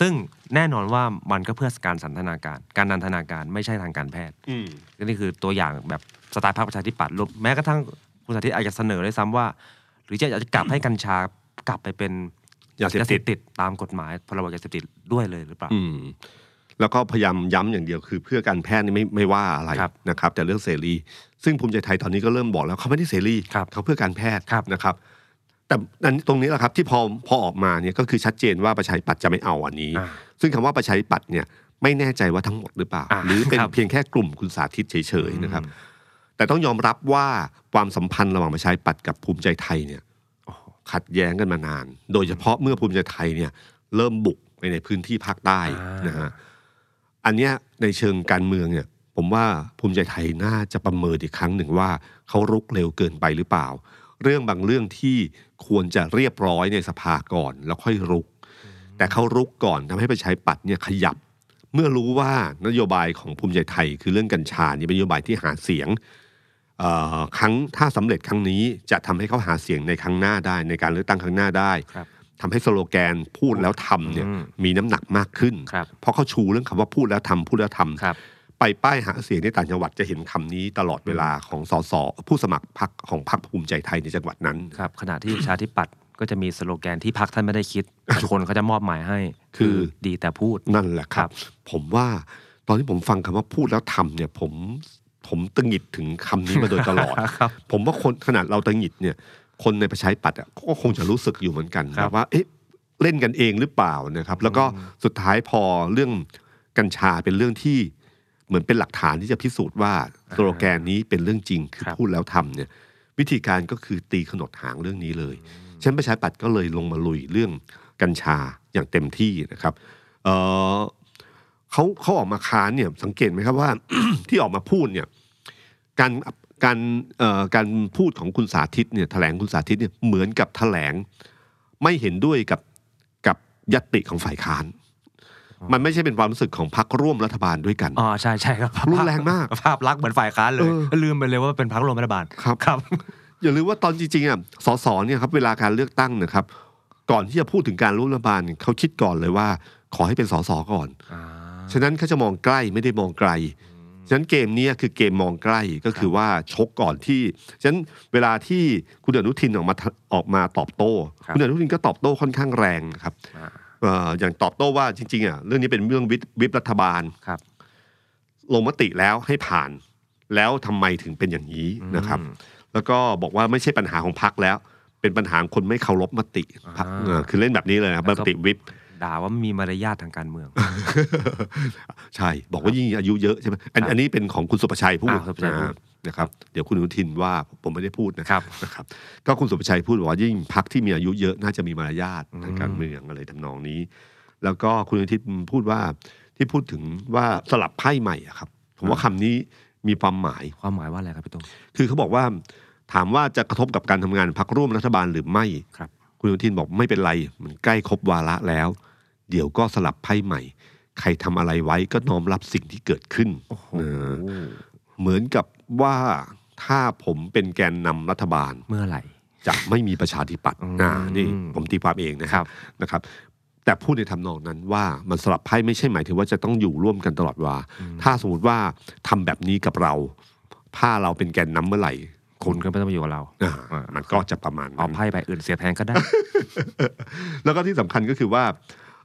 C: ซึ่งแน่นอนว่ามันก็เพื่อการสันทนาการ การนันทนาการไม่ใช่ทางการแพทย์
B: อืม
C: ก็นี่คือตัวอย่างแบบสไตล์พรรคประชาธิปัตย์รวมแม้กระทั่งคุณสาธิตอาจจะเสนอด้วยซ้ำว่า หรือจะอยากจะกลับให้กัญชากลับไปเป็น
B: ยาเสพติด
C: ติดตามกฎหมายพรบยาเสพติดด้วยเลยหรือเปล่า
B: อืมแล้วก็พยายามย้ำอย่างเดียวคือเพื่อการแพทย์นี่ไม่ไม่ว่าอะไร
C: ครับ
B: นะครับ แต่เรื่องเสรี ซึ่งภูมิใจไทยตอนนี้ก็เริ่มบอกแล้วเขาไม่ได้เสรี
C: ครับ
B: เขาเพื่อการแพทย์
C: ครับ
B: นะครับ แต่อันตรงนี้แหละครับที่พอพอออกมาเนี่ยก็คือชัดเจนว่าประชาธิปัตย์จะไม่เอาอันนี้
C: อ่า
B: ซึ่งคำว่าประชาธิปัตย์เนี่ยไม่แน่ใจว่าทั้งหมดหรือเปล่า
C: อ่า
B: หรือเป็น
C: ครับ
B: เพียงแค่กลุ่มคุณสาธิตเฉยๆนะครับ แต่ต้องยอมรับว่าความสัมพันธ์ระหว่างประชาธิปัตย์กับภูมิใจไทยเนี่ยขัดแย้งกันมานาน โดยเฉพาะเมื่อภูมิใจไทยเนี่ยเริ่มบุกไปในพื้นที่ภาคใต้
C: อ่าน
B: นะฮะอันเนี้ยในเชิงการเมืองเนี่ยผมว่าภูมิใจไทยน่าจะประเมินอีกครั้งหนึ่งว่าเขารุกเร็วเกินไปหรือเปล่า เรื่องบางเรื่องที่ควรจะเรียบร้อยในสภาก่อนแล้วค่อยรุก แต่เขารุกก่อนทำให้ประชาธิปัตย์เนี่ยขยับ เมื่อรู้ว่านโยบายของภูมิใจไทย คือเรื่องกัญชาเนี่ยเป็นนโยบายที่หาเสียง เอ่อครั้งถ้าสำเร็จครั้งนี้จะทำให้เขาหาเสียงในครั้งหน้าได้ ในการเลือกตั้งครั้งหน้าได้
C: ครับ
B: ทำให้สโลแกนพูดแล้วทำเนี่ย
C: อืม
B: มีน้ำหนักมากขึ้น
C: ครับ
B: เพราะเขาชูเรื่องคำว่าพูดแล้วทำพูดแล้วทำ
C: ครับ
B: ไปป้ายหาเสียงในต่างจังหวัดจะเห็นคำนี้ตลอดเวลาของสสผู้สมัครพรรคของพรรคภูมิใจไทยในจังหวัดนั้น
C: ครับขณะที่ประชาธิปัตย์ก็จะมีสโลแกนที่พรรคท่านไม่ได้คิดแต่คนเขาจะมอบหมายให้
B: คือ
C: ดีแต่พูด
B: นั่นแหละครับ ผมว่าต อนที่ผมฟังคำว่าพูดแล้วทำเนี่ย ผมผมตึงหงิดถึงคำนี้มาโดยตลอด
C: ครับ
B: ผมว่าคนขนาดเราตึงหงิดเนี่ย คนในประชาธิปัตย์อะก็คงจะรู้สึกอยู่เหมือนกัน
C: ครับ
B: นะว่าเอ๊ะเล่นกันเองหรือเปล่านะครับ แล้วก็สุดท้ายพอเรื่องกัญชาเป็นเรื่องที่เหมือนเป็นหลักฐานที่จะพิสูจน์ว่าสโลแกนนี้เป็นเรื่องจริงคือ
C: ครับ
B: พูดแล้วทำเนี่ย วิธีการก็คือตีขนดหางเรื่องนี้เลยฉะนันประชาธิปัตย์ก็เลยลงมาลุยเรื่องกัญชาอย่างเต็มที่นะครับเอ่อเขาเขาออกมาค้านเนี่ยสังเกตไหมครับว่า ที่ออกมาพูดเนี่ยการการเอ่อการพูดของคุณสาธิตเนี่ยแถลงคุณสาธิตเนี่ยเหมือนกับแถลง ไม่เห็นด้วยกับกับยตติของฝ่ายค้าน มันไม่ใช่เป็นความรู้สึกของพรรคร่วมรัฐบาลด้วยกัน
C: อ๋อใช่ใช่ครับ
B: รุนแรงมาก
C: ภาพลักษณ์เหมือนฝ่ายค้านเล
B: เ
C: ย
B: ออ
C: ลืมไปเลยว่าเป็นพรรคร่วมรัฐบาล
B: ครับ
C: ครับ
B: อย่าลืมว่าตอนจริงๆอ่ะ สสเนี่ยครับเวลาการเลือกตั้งนะครับ ก่อนที่จะพูดถึงการร่วมรัฐบาลเนี่ยเขาคิดก่อนเลยว่า ขอให้เป็นสสก่อน ฉะนั้นเขาจะมองใกล้ไม่ได้มองไกล ฉะนั้นเกมเนี้ยคือเกมมองใกล้ก็คือว่าชกก่อนที่ ฉะนั้นเวลาที่คุณอนุทินออกมาทะออกมาตอบโต้
C: ครับ
B: คุณอนุทินก็ตอบโต้ค่อนข้างแรงนะครับ
C: อ่า
B: เอ่ออย่างตอบโต้ว่าจริงๆอ่ะเรื่องนี้เป็นเรื่องวิปวิปรัฐบาล
C: ครับ
B: ลงมติแล้วให้ผ่าน แล้วทำไมถึงเป็นอย่างนี้นะครับ แล้วก็บอกว่าไม่ใช่ปัญหาของพักแล้ว เป็นปัญหาของคนไม่เคารพมติพรรคเออคือเล่นแบบนี้เลยนะครับมติวิป
C: ด่าว่ามีมารยาททางการเมือง
B: ใช่ บอกว่ายิ่งอายุเยอะใช่ไหมอัน
C: ครับ
B: อันนี้เป็นของคุณสุประชัยพูด
C: อ่าสุภชัยพูด
B: อ่านะครับ เดี๋ยวคุณอนุทินว่าผมไม่ได้พูดนะครับ นะครับ ก็คุณสุประชัยพูดบอกว่ายิ่งพักที่มีอายุเยอะน่าจะมีมารยาททางการเมืองอะไรทำนองนี้ แล้วก็คุณอนุทินพูดว่าที่พูดถึงว่าสลับไพ่ใหม่อะครับ ผมว่าคำนี้มีความหมาย
C: ความหมายว่าอะไรครับพี่ตง
B: คือเขาบอกว่าถามว่าจะกระทบกับการทำงานพักร่วมรัฐบาลหรือไม่
C: ครับ
B: คุณอนุทินบอกไม่เป็นไร มันใกล้ครบวาระแล้ว เดี๋ยวก็สลับไพ่ใหม่ ใครทำอะไรไว้ก็น้อมรับสิ่งที่เกิดขึ้นเออเหมือนกับว่าถ้าผมเป็นแกนนำรัฐบาล
C: เมื่อไหร่
B: จะไม่มีประชาธิปัตย์
C: อืม
B: อ่านี่ผมตีความเองนะครับนะครับ แต่พูดในทำนองนั้นว่ามันสลับไพ่ไม่ใช่หมายถึงว่าจะต้องอยู่ร่วมกันตลอดเว่า ถ้าสมมติว่าทำแบบนี้กับเราถ้าเราเป็นแกนนำเมื่อไหร่
C: คุณก็ไม่ต้องมาอยู่กับเรา
B: อ่ามันก็จะประมาณ
C: เอา
B: นั้น
C: ไพ่ใบอื่นเสียแทนก็ได้
B: แล้วก็ที่สำคัญก็คือว่า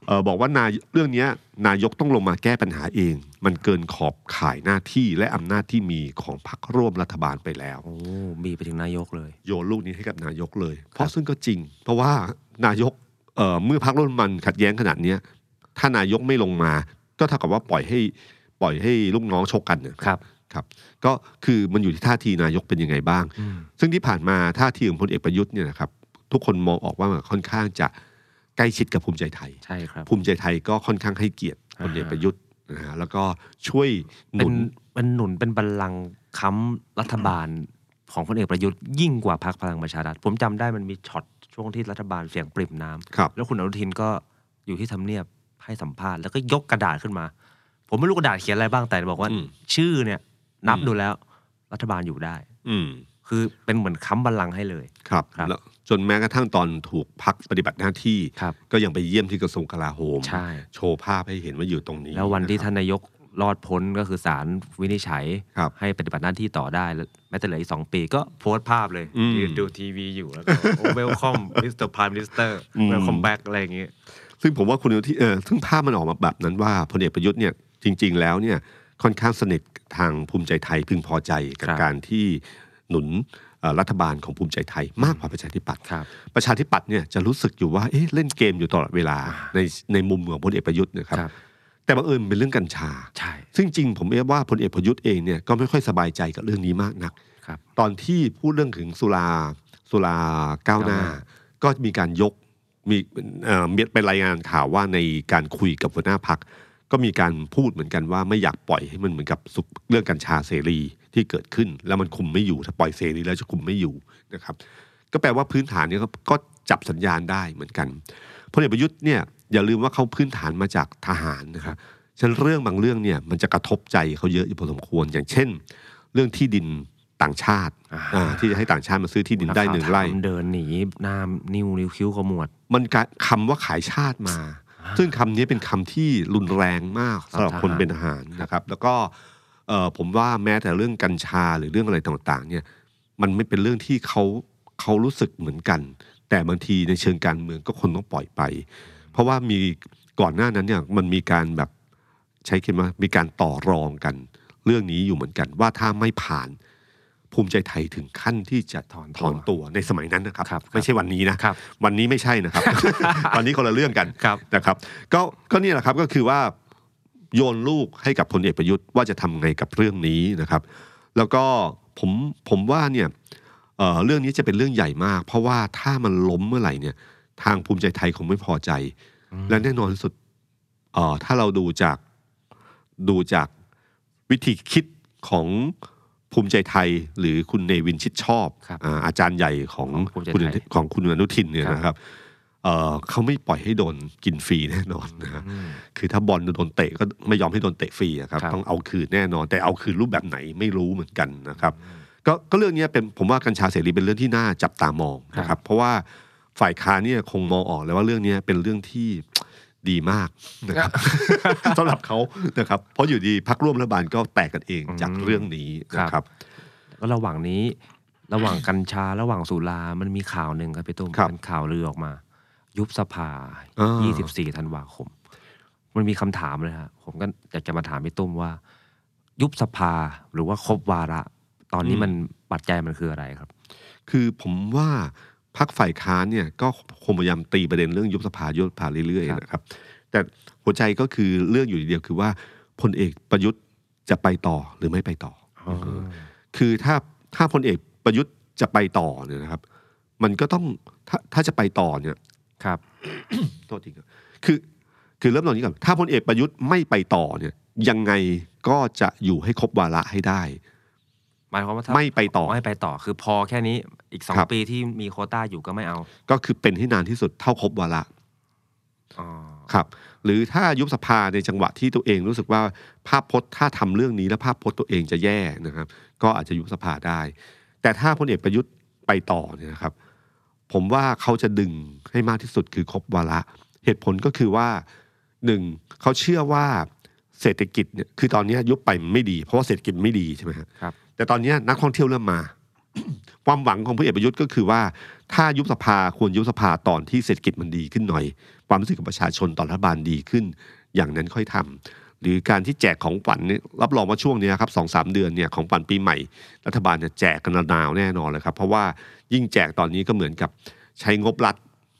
B: เอ่อบอกว่านายเรื่องเนี้ยนายกต้องลงมาแก้ปัญหาเอง มันเกินขอบข่ายหน้าที่และอำนาจที่มีของพรรคร่วมรัฐบาลไปแล้ว
C: โอ้มีไปถึงนายกเลย
B: โยนลูกนี้ให้กับนายกเลย เพราะซึ่งก็จริง เพราะว่านายกเอ่อเมื่อพรรคร่วมมันขัดแย้งขนาดเนี้ยถ้านายกไม่ลงมา ก็เท่ากับว่าปล่อยให้ปล่อยให้ลูกน้องชกกันเนี่ย
C: ครับ
B: ครับก็คือมันอยู่ที่ท่าทีนายกเป็นยังไงบ้าง
C: อืม
B: ซึ่งที่ผ่านมาท่าทีของพลเอกประยุทธ์เนี่ยนะครับทุกคนมองออกว่าค่อนข้างจะใกล้ชิดกับภูมิใจไทย
C: ใช่ครับ
B: ภูมิใจไทยก็ค่อนข้างให้เกียรติพลเอกประยุทธ์นะฮะแล้วก็ช่วยห
C: เป็
B: นุ
C: น
B: น
C: เป็นหนุนเป็นบัลลังก์ค้ำรัฐบาลของพลเอกประยุทธ์ยิ่งกว่าพรรคพลังประชารัฐผมจำได้มันมีช็อตช่วงที่รัฐบาลเสียงปริ่มน้ำ
B: ครับ
C: แล้วคุณอนุทินก็อยู่ที่ทำเนียบให้สัมภาษณ์แล้วก็ยกกระดาษขึ้นมา ผมไม่รู้กระดาษเขียนอะไรบ้างแต่บอกว่า
B: อืม
C: ชื่อเนี่ยนับดูแล้ว รัฐบาลอยู่ได้
B: อืม
C: คือเป็นเหมือนค้ำบัลลังก์ให้เลย
B: ครับ
C: ครับ
B: แล้วจนแม้กระทั่งตอนถูกพักปฏิบัติหน้าที่
C: ครับ
B: ก็ยังไปเยี่ยมที่กระทรวงกลาโหม
C: ใช่
B: โชว์ภาพให้เห็นว่าอยู่ตรงนี้
C: แล้ววันที่
B: ะครับ
C: ท่านนายกรอดพ้นก็คือศาลวินิจฉัย
B: ครับ
C: ให้ปฏิบัติหน้าที่ต่อได้แล้วแม้แต่เหลืออีกสองปีก็โพสต์ภาพเลยยืนดูทีวีอยู่แล้วก็เวลค อมมิสเตอร์พรายมิสเตอร์เวลคอมแบ็กอะไรอย่างเงี้ย
B: ซึ่งผมว่าคุณอนุทินเออซึ่งภาพมันออกมาแบบนั้นว่าพลเอกประยุทธ์เนี่ยจริง ๆ แล้วเนี่ยค่อนข้างสนิททางภูมิใจไทยพึงพอใจกับ
C: ครับ
B: การที่หนุนเอ่อรัฐบาลของภูมิใจไทยมากกว่าประชาธิปัตย์
C: ครับ
B: ประชาธิปัตย์เนี่ยจะรู้สึกอยู่ว่าเอ๊ะเล่นเกมอยู่ตลอดเวลาในในมุมของพลเอกประยุทธ์นะครับ
C: ครับ
B: แต่บังเอิญมันเป็นเรื่องกัญชา
C: ใช่
B: ซึ่งจริงผมเอ๊ะว่าพลเอกประยุทธ์เองเนี่ยก็ไม่ค่อยสบายใจกับเรื่องนี้มากนัก
C: ครับ
B: ตอนที่พูดเรื่องถึงสุราสุราก้าวหน้า
C: ก้าวหน้า
B: ก็มีการยกมีเอ่อเป็นรายงานข่าวว่าในการคุยกับหัวหน้าพัก ก็มีการพูดเหมือนกันว่าไม่อยากปล่อยให้มันเหมือนกับสุเรื่องกัญชาเสรีที่เกิดขึ้น แล้วมันคุมไม่อยู่ถ้าปล่อยเสรีแล้วจะคุมไม่อยู่นะครับ ก็แปลว่าพื้นฐานเนี่ยก็ก็จับสัญญาณได้เหมือนกันพลเอกประยุทธ์เนี่ยอย่าลืมว่าเขาพื้นฐานมาจากทหารนะครับฉะนั้นเรื่องบางเรื่องเนี่ยมันจะกระทบใจเขาเยอะอยู่พอสมควรอย่างเช่น เรื่องที่ดินต่างชาติ
C: อ่า
B: อ่าที่จะให้ต่างชาติมาซื้อที่ดินได้หนึ่งไร่
C: ข่าวถามเดินหนีหน้านิ้วนิ้วคิ้วขมวด
B: มันกะคำว่าขายชาติมา ซึ่งคำนี้เป็นคำที่รุนแรงมาก
C: ครับ
B: สำหรับคน
C: ทหาร
B: เป็นทหารนะครับ แล้วก็เอ่อผมว่าแม้แต่เรื่องกัญชาหรือเรื่องอะไรต่างๆ เนี่ย มันไม่เป็นเรื่องที่เขาเขารู้สึกเหมือนกัน แต่บางทีในเชิงการเมืองก็คนต้องปล่อยไป เพราะว่ามีก่อนหน้านั้นเนี่ยมันมีการแบบ ใช้คำว่ามีการต่อรองกัน เรื่องนี้อยู่เหมือนกันว่าถ้าไม่ผ่านภูมิใจไทยถึงขั้นที่จะ
C: ถอนตัว
B: ตัวในสมัยนั้นนะครับ
C: ครับ
B: ไม่ใช่วันนี้นะครับ วันนี้ไม่ใช่นะครับ วันนี้คนละเรื่องกัน
C: ครับ
B: นะครับก็ก็เนี่ยแหละครับก็คือว่าโยนลูกให้กับพลเอกประยุทธ์ว่าจะทำไงกับเรื่องนี้นะครับ แล้วก็ผมผมว่าเนี่ยเอ่อเรื่องนี้จะเป็นเรื่องใหญ่มาก เพราะว่าถ้ามันล้มเมื่อไหร่เนี่ย ทางภูมิใจไทยคงไม่พอใจ และแน่นอนที่สุดเอ่อถ้าเราดูจากดูจากวิธีคิดของภูมิใจไทย หรือคุณเนวินชิดชอบ
C: ครับ
B: อาอาจารย์ใหญ่ของ
C: ของภูมิใจ
B: คุณ
C: ไทย
B: ของคุณอนุทินเนี่ยนะครับ เอ่อเขาไม่ปล่อยให้โดนกินฟรีแน่นอนนะฮะ
C: อืม
B: คือถ้าบอลโดนเตะก็ไม่ยอมให้โดนเตะฟรีอะครับ
C: ครับ
B: ต้องเอาคืนแน่นอน แต่เอาคืนรูปแบบไหนไม่รู้เหมือนกันนะครับ ก็ก็เรื่องเนี้ยเป็นผมว่ากัญชาเสรีเป็นเรื่องที่น่าจับตามองนะครับ เพราะว่าฝ่ายค้านเนี่ยคงมองออกแล้วว่าเรื่องเนี้ยเป็นเรื่องที่ดีมากนะครับ สำหรับเขานะครับเพราะอยู่ดีพักร่วมรัฐบาลก็แตกกันเองจากเรื่องนี้นะครับ
C: แล้วระหว่างนี้ระหว่างกัญชาระหว่างสุรามันมีข่าวหนึ่งครับพี่ตุ้ม
B: ครับ
C: เป็นข่าวลือออกมา ยุบสภา
B: อ่า
C: 24 ธันวาคม มันมีคำถามเลยฮะผมก็อยากจะมาถามพี่ตุ้มว่า ยุบสภาหรือว่าครบวาระ ตอนนี้มันปัจจัยมันคืออะไรครับ
B: คือผมว่าพักฝ่ายค้านเนี่ยก็คงพยายามตีประเด็นเรื่องยุบสภายุบสภาเรื่อย
C: ครั
B: ๆ
C: บ
B: นะครับ แต่หัวใจก็คือเรื่องอยู่เดียวคือว่าพลเอกประยุทธ์จะไปต่อหรือไม่ไปต่ออคือถ้าถ้าพลเอกประยุทธ์จะไปต่อเนี่ยนะครับ มันก็ต้องถ้าถ้าจะไปต่อเนี่ย
C: ครับ
B: โทษทีครับคือคือเริ่มตรงนี้ก่อนถ้าพลเอกประยุทธ์ไม่ไปต่อเนี่ย ยังไงก็จะอยู่ให้ครบวาระให้ได้
C: หมายความว่าถ้า
B: ไม่ไปต่อ
C: ไม่ไปต่อคือพอแค่นี้อีกสอง
B: ครับ
C: ปีที่มีโควต้าอยู่ก็ไม่เอา
B: ก็คือเป็นให้นานที่สุดเท่าครบวาระ
C: อ๋อ
B: ครับหรือถ้ายุบสภาในจังหวะที่ตัวเองรู้สึกว่าภาพพจน์ถ้าทำเรื่องนี้แล้วภาพพจน์ตัวเองจะแย่นะครับ ก็อาจจะยุบสภาได้ แต่ถ้าพลเอกประยุทธ์ไปต่อเนี่ยนะครับ ผมว่าเขาจะดึงให้มากที่สุดคือครบวาระเหตุผลก็คือว่าหนึ่งเขาเชื่อว่าเศรษฐกิจเนี่ยคือตอนเนี้ยยุบไปมันไม่ดี เพราะว่าเศรษฐกิจไม่ดีใช่ไหมฮะ
C: ครับ
B: แต่ตอนเนี้ยนักท่องเที่ยวเริ่มมา ความหวังของพลเอกประยุทธ์ก็คือว่า ถ้ายุบสภาควรยุบสภาตอนที่เศรษฐกิจมันดีขึ้นหน่อย ความรู้สึกของประชาชนต่อรัฐบาลดีขึ้น อย่างนั้นค่อยทำหรือการที่แจกของฝันเนี่ยรับรองว่าช่วงเนี้ยครับสองสามเดือนเนี่ยของฝันปีใหม่ รัฐบาลเนี่ยแจกกันระนาวแน่นอนเลยครับ เพราะว่ายิ่งแจกตอนนี้ก็เหมือนกับใช้งบรัฐ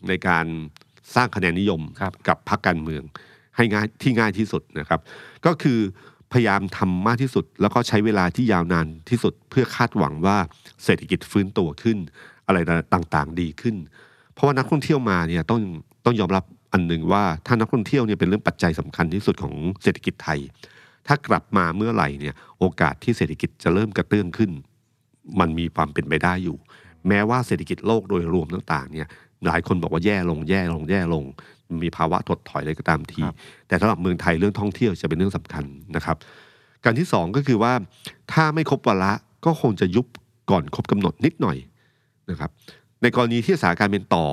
B: ในการสร้างคะแนนนิยม
C: ครับ
B: กับพรรคการเมือง ให้ง่ายที่ง่ายที่สุดนะครับ ก็คือพยายามทำมากที่สุด แล้วก็ใช้เวลาที่ยาวนานที่สุด เพื่อคาดหวังว่าเศรษฐกิจฟื้นตัวขึ้น อะไรต่างๆดีขึ้น เพราะว่านักท่องเที่ยวมาเนี่ยต้องต้องยอมรับอันหนึ่งว่าถ้านักท่องเที่ยวเนี่ยเป็นเรื่องปัจจัยสำคัญที่สุดของเศรษฐกิจไทย ถ้ากลับมาเมื่อไหร่เนี่ยโอกาสที่เศรษฐกิจจะเริ่มกระเตื้องขึ้น มันมีความเป็นไปได้อยู่ แม้ว่าเศรษฐกิจโลกโดยรวมต่างๆเนี่ยหลายคนบอกว่าแย่ลงแย่ลงแย่ลง มีภาวะถดถอยอะไรก็ตามที แต่สำหรับเมืองไทยเรื่องท่องเที่ยวจะเป็นเรื่องสำคัญนะครับ การที่สองก็คือว่าถ้าไม่ครบวาระก็คงจะยุบก่อนครบกำหนดนิดหน่อยนะครับ ในกรณีที่สถานการณ์เป็นต่อ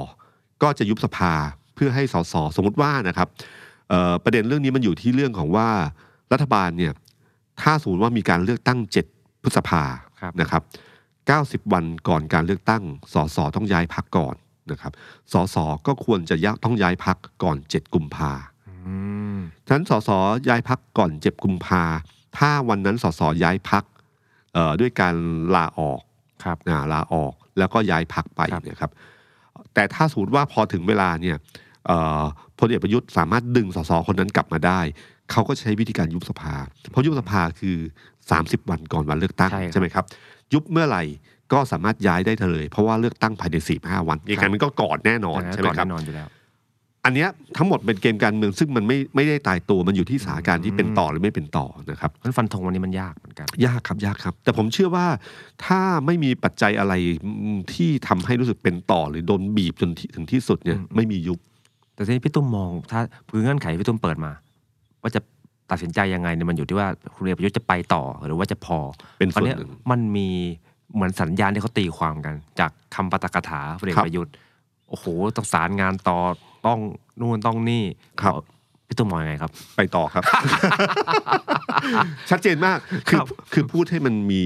B: ก็จะยุบสภาเพื่อให้สสสมมติว่านะครับเอ่อประเด็นเรื่องนี้มันอยู่ที่เรื่องของว่ารัฐบาลเนี่ยถ้าสมมติว่ามีการเลือกตั้ง 7 พฤษภา
C: ครับ
B: นะครับ 90 วันก่อนการเลือกตั้งสสต้องย้ายพักก่อนนะครับสสก็ควรจะย้ายต้องย้ายพักก่อน 7 กุมภา
C: อืม
B: ฉะนั้นสสย้ายพักก่อนเจ็บกุมภาถ้าวันนั้นสสย้ายพักเอ่อด้วยการลาออก
C: ครับ
B: อ่าลาออกแล้วก็ย้ายพักไป
C: ครับ
B: เนี่ยครับ แต่ถ้าสมมติว่าพอถึงเวลาเนี่ยเอ่อพลเอกประยุทธ์สามารถดึงสสคนนั้นกลับมาได้ เขาก็ใช้วิธีการยุบสภา เพราะยุบสภาคือ 30 วันก่อนวันเลือกตั้ง
C: ใช่ครับ
B: ไหมครับ ยุบเมื่อไหร่ก็สามารถย้ายได้เลย เพราะว่าเลือกตั้งภายใน4-5วันอย่าง
C: ครั
B: นั้
C: บ
B: นมันก็ก่อนแน่นอน
C: ดัง
B: ใช่ไหม
C: ก่อน
B: ครับ
C: แน่นอนอยู่แล้ว
B: อันเนี้ยทั้งหมดเป็นเกมการเมืองซึ่งมันไม่ไม่ได้ตายตัวมันอยู่ที่สถานการณ์ที่เป็นต่อหรือไม่เป็นต่อนะครับ
C: เพราะฉะนั้นฟันธงวันนี้มันยากเหมือนกัน
B: ยากครับยากครับ แต่ผมเชื่อว่าถ้าไม่มีปัจจัยอะไรอืมที่ทำให้รู้สึกเป็นต่อหรือโดนบีบจนที่ถึงที่สุดเนี่ยไม่มียุบ
C: แต่ทีนี้พี่ตุ้มมองถ้าพื้นเงื่อนไขพี่ตุ้มเปิดมา ว่าจะตัดสินใจยังไงเนี่ยมันอยู่ที่ว่าคุณเอกประยุทธ์จะไปต่อหรือว่าจะพอ
B: เป็นส่วน
C: ตอ
B: หนึ่ง
C: มันมีเหมือนสัญญาณที่เขาตีความกัน จากคำปาตกถาพลเอก
B: ครับ
C: ประยุทธ์โอ้โหต้องสารงานต่อต้องนู่นต้องนี่
B: ครับ
C: พี่ตุ้มมองยังไงครับ
B: ไปต่อ ครับ ชัดเจนมากคือ
C: ครับ
B: คือพูดให้มันมี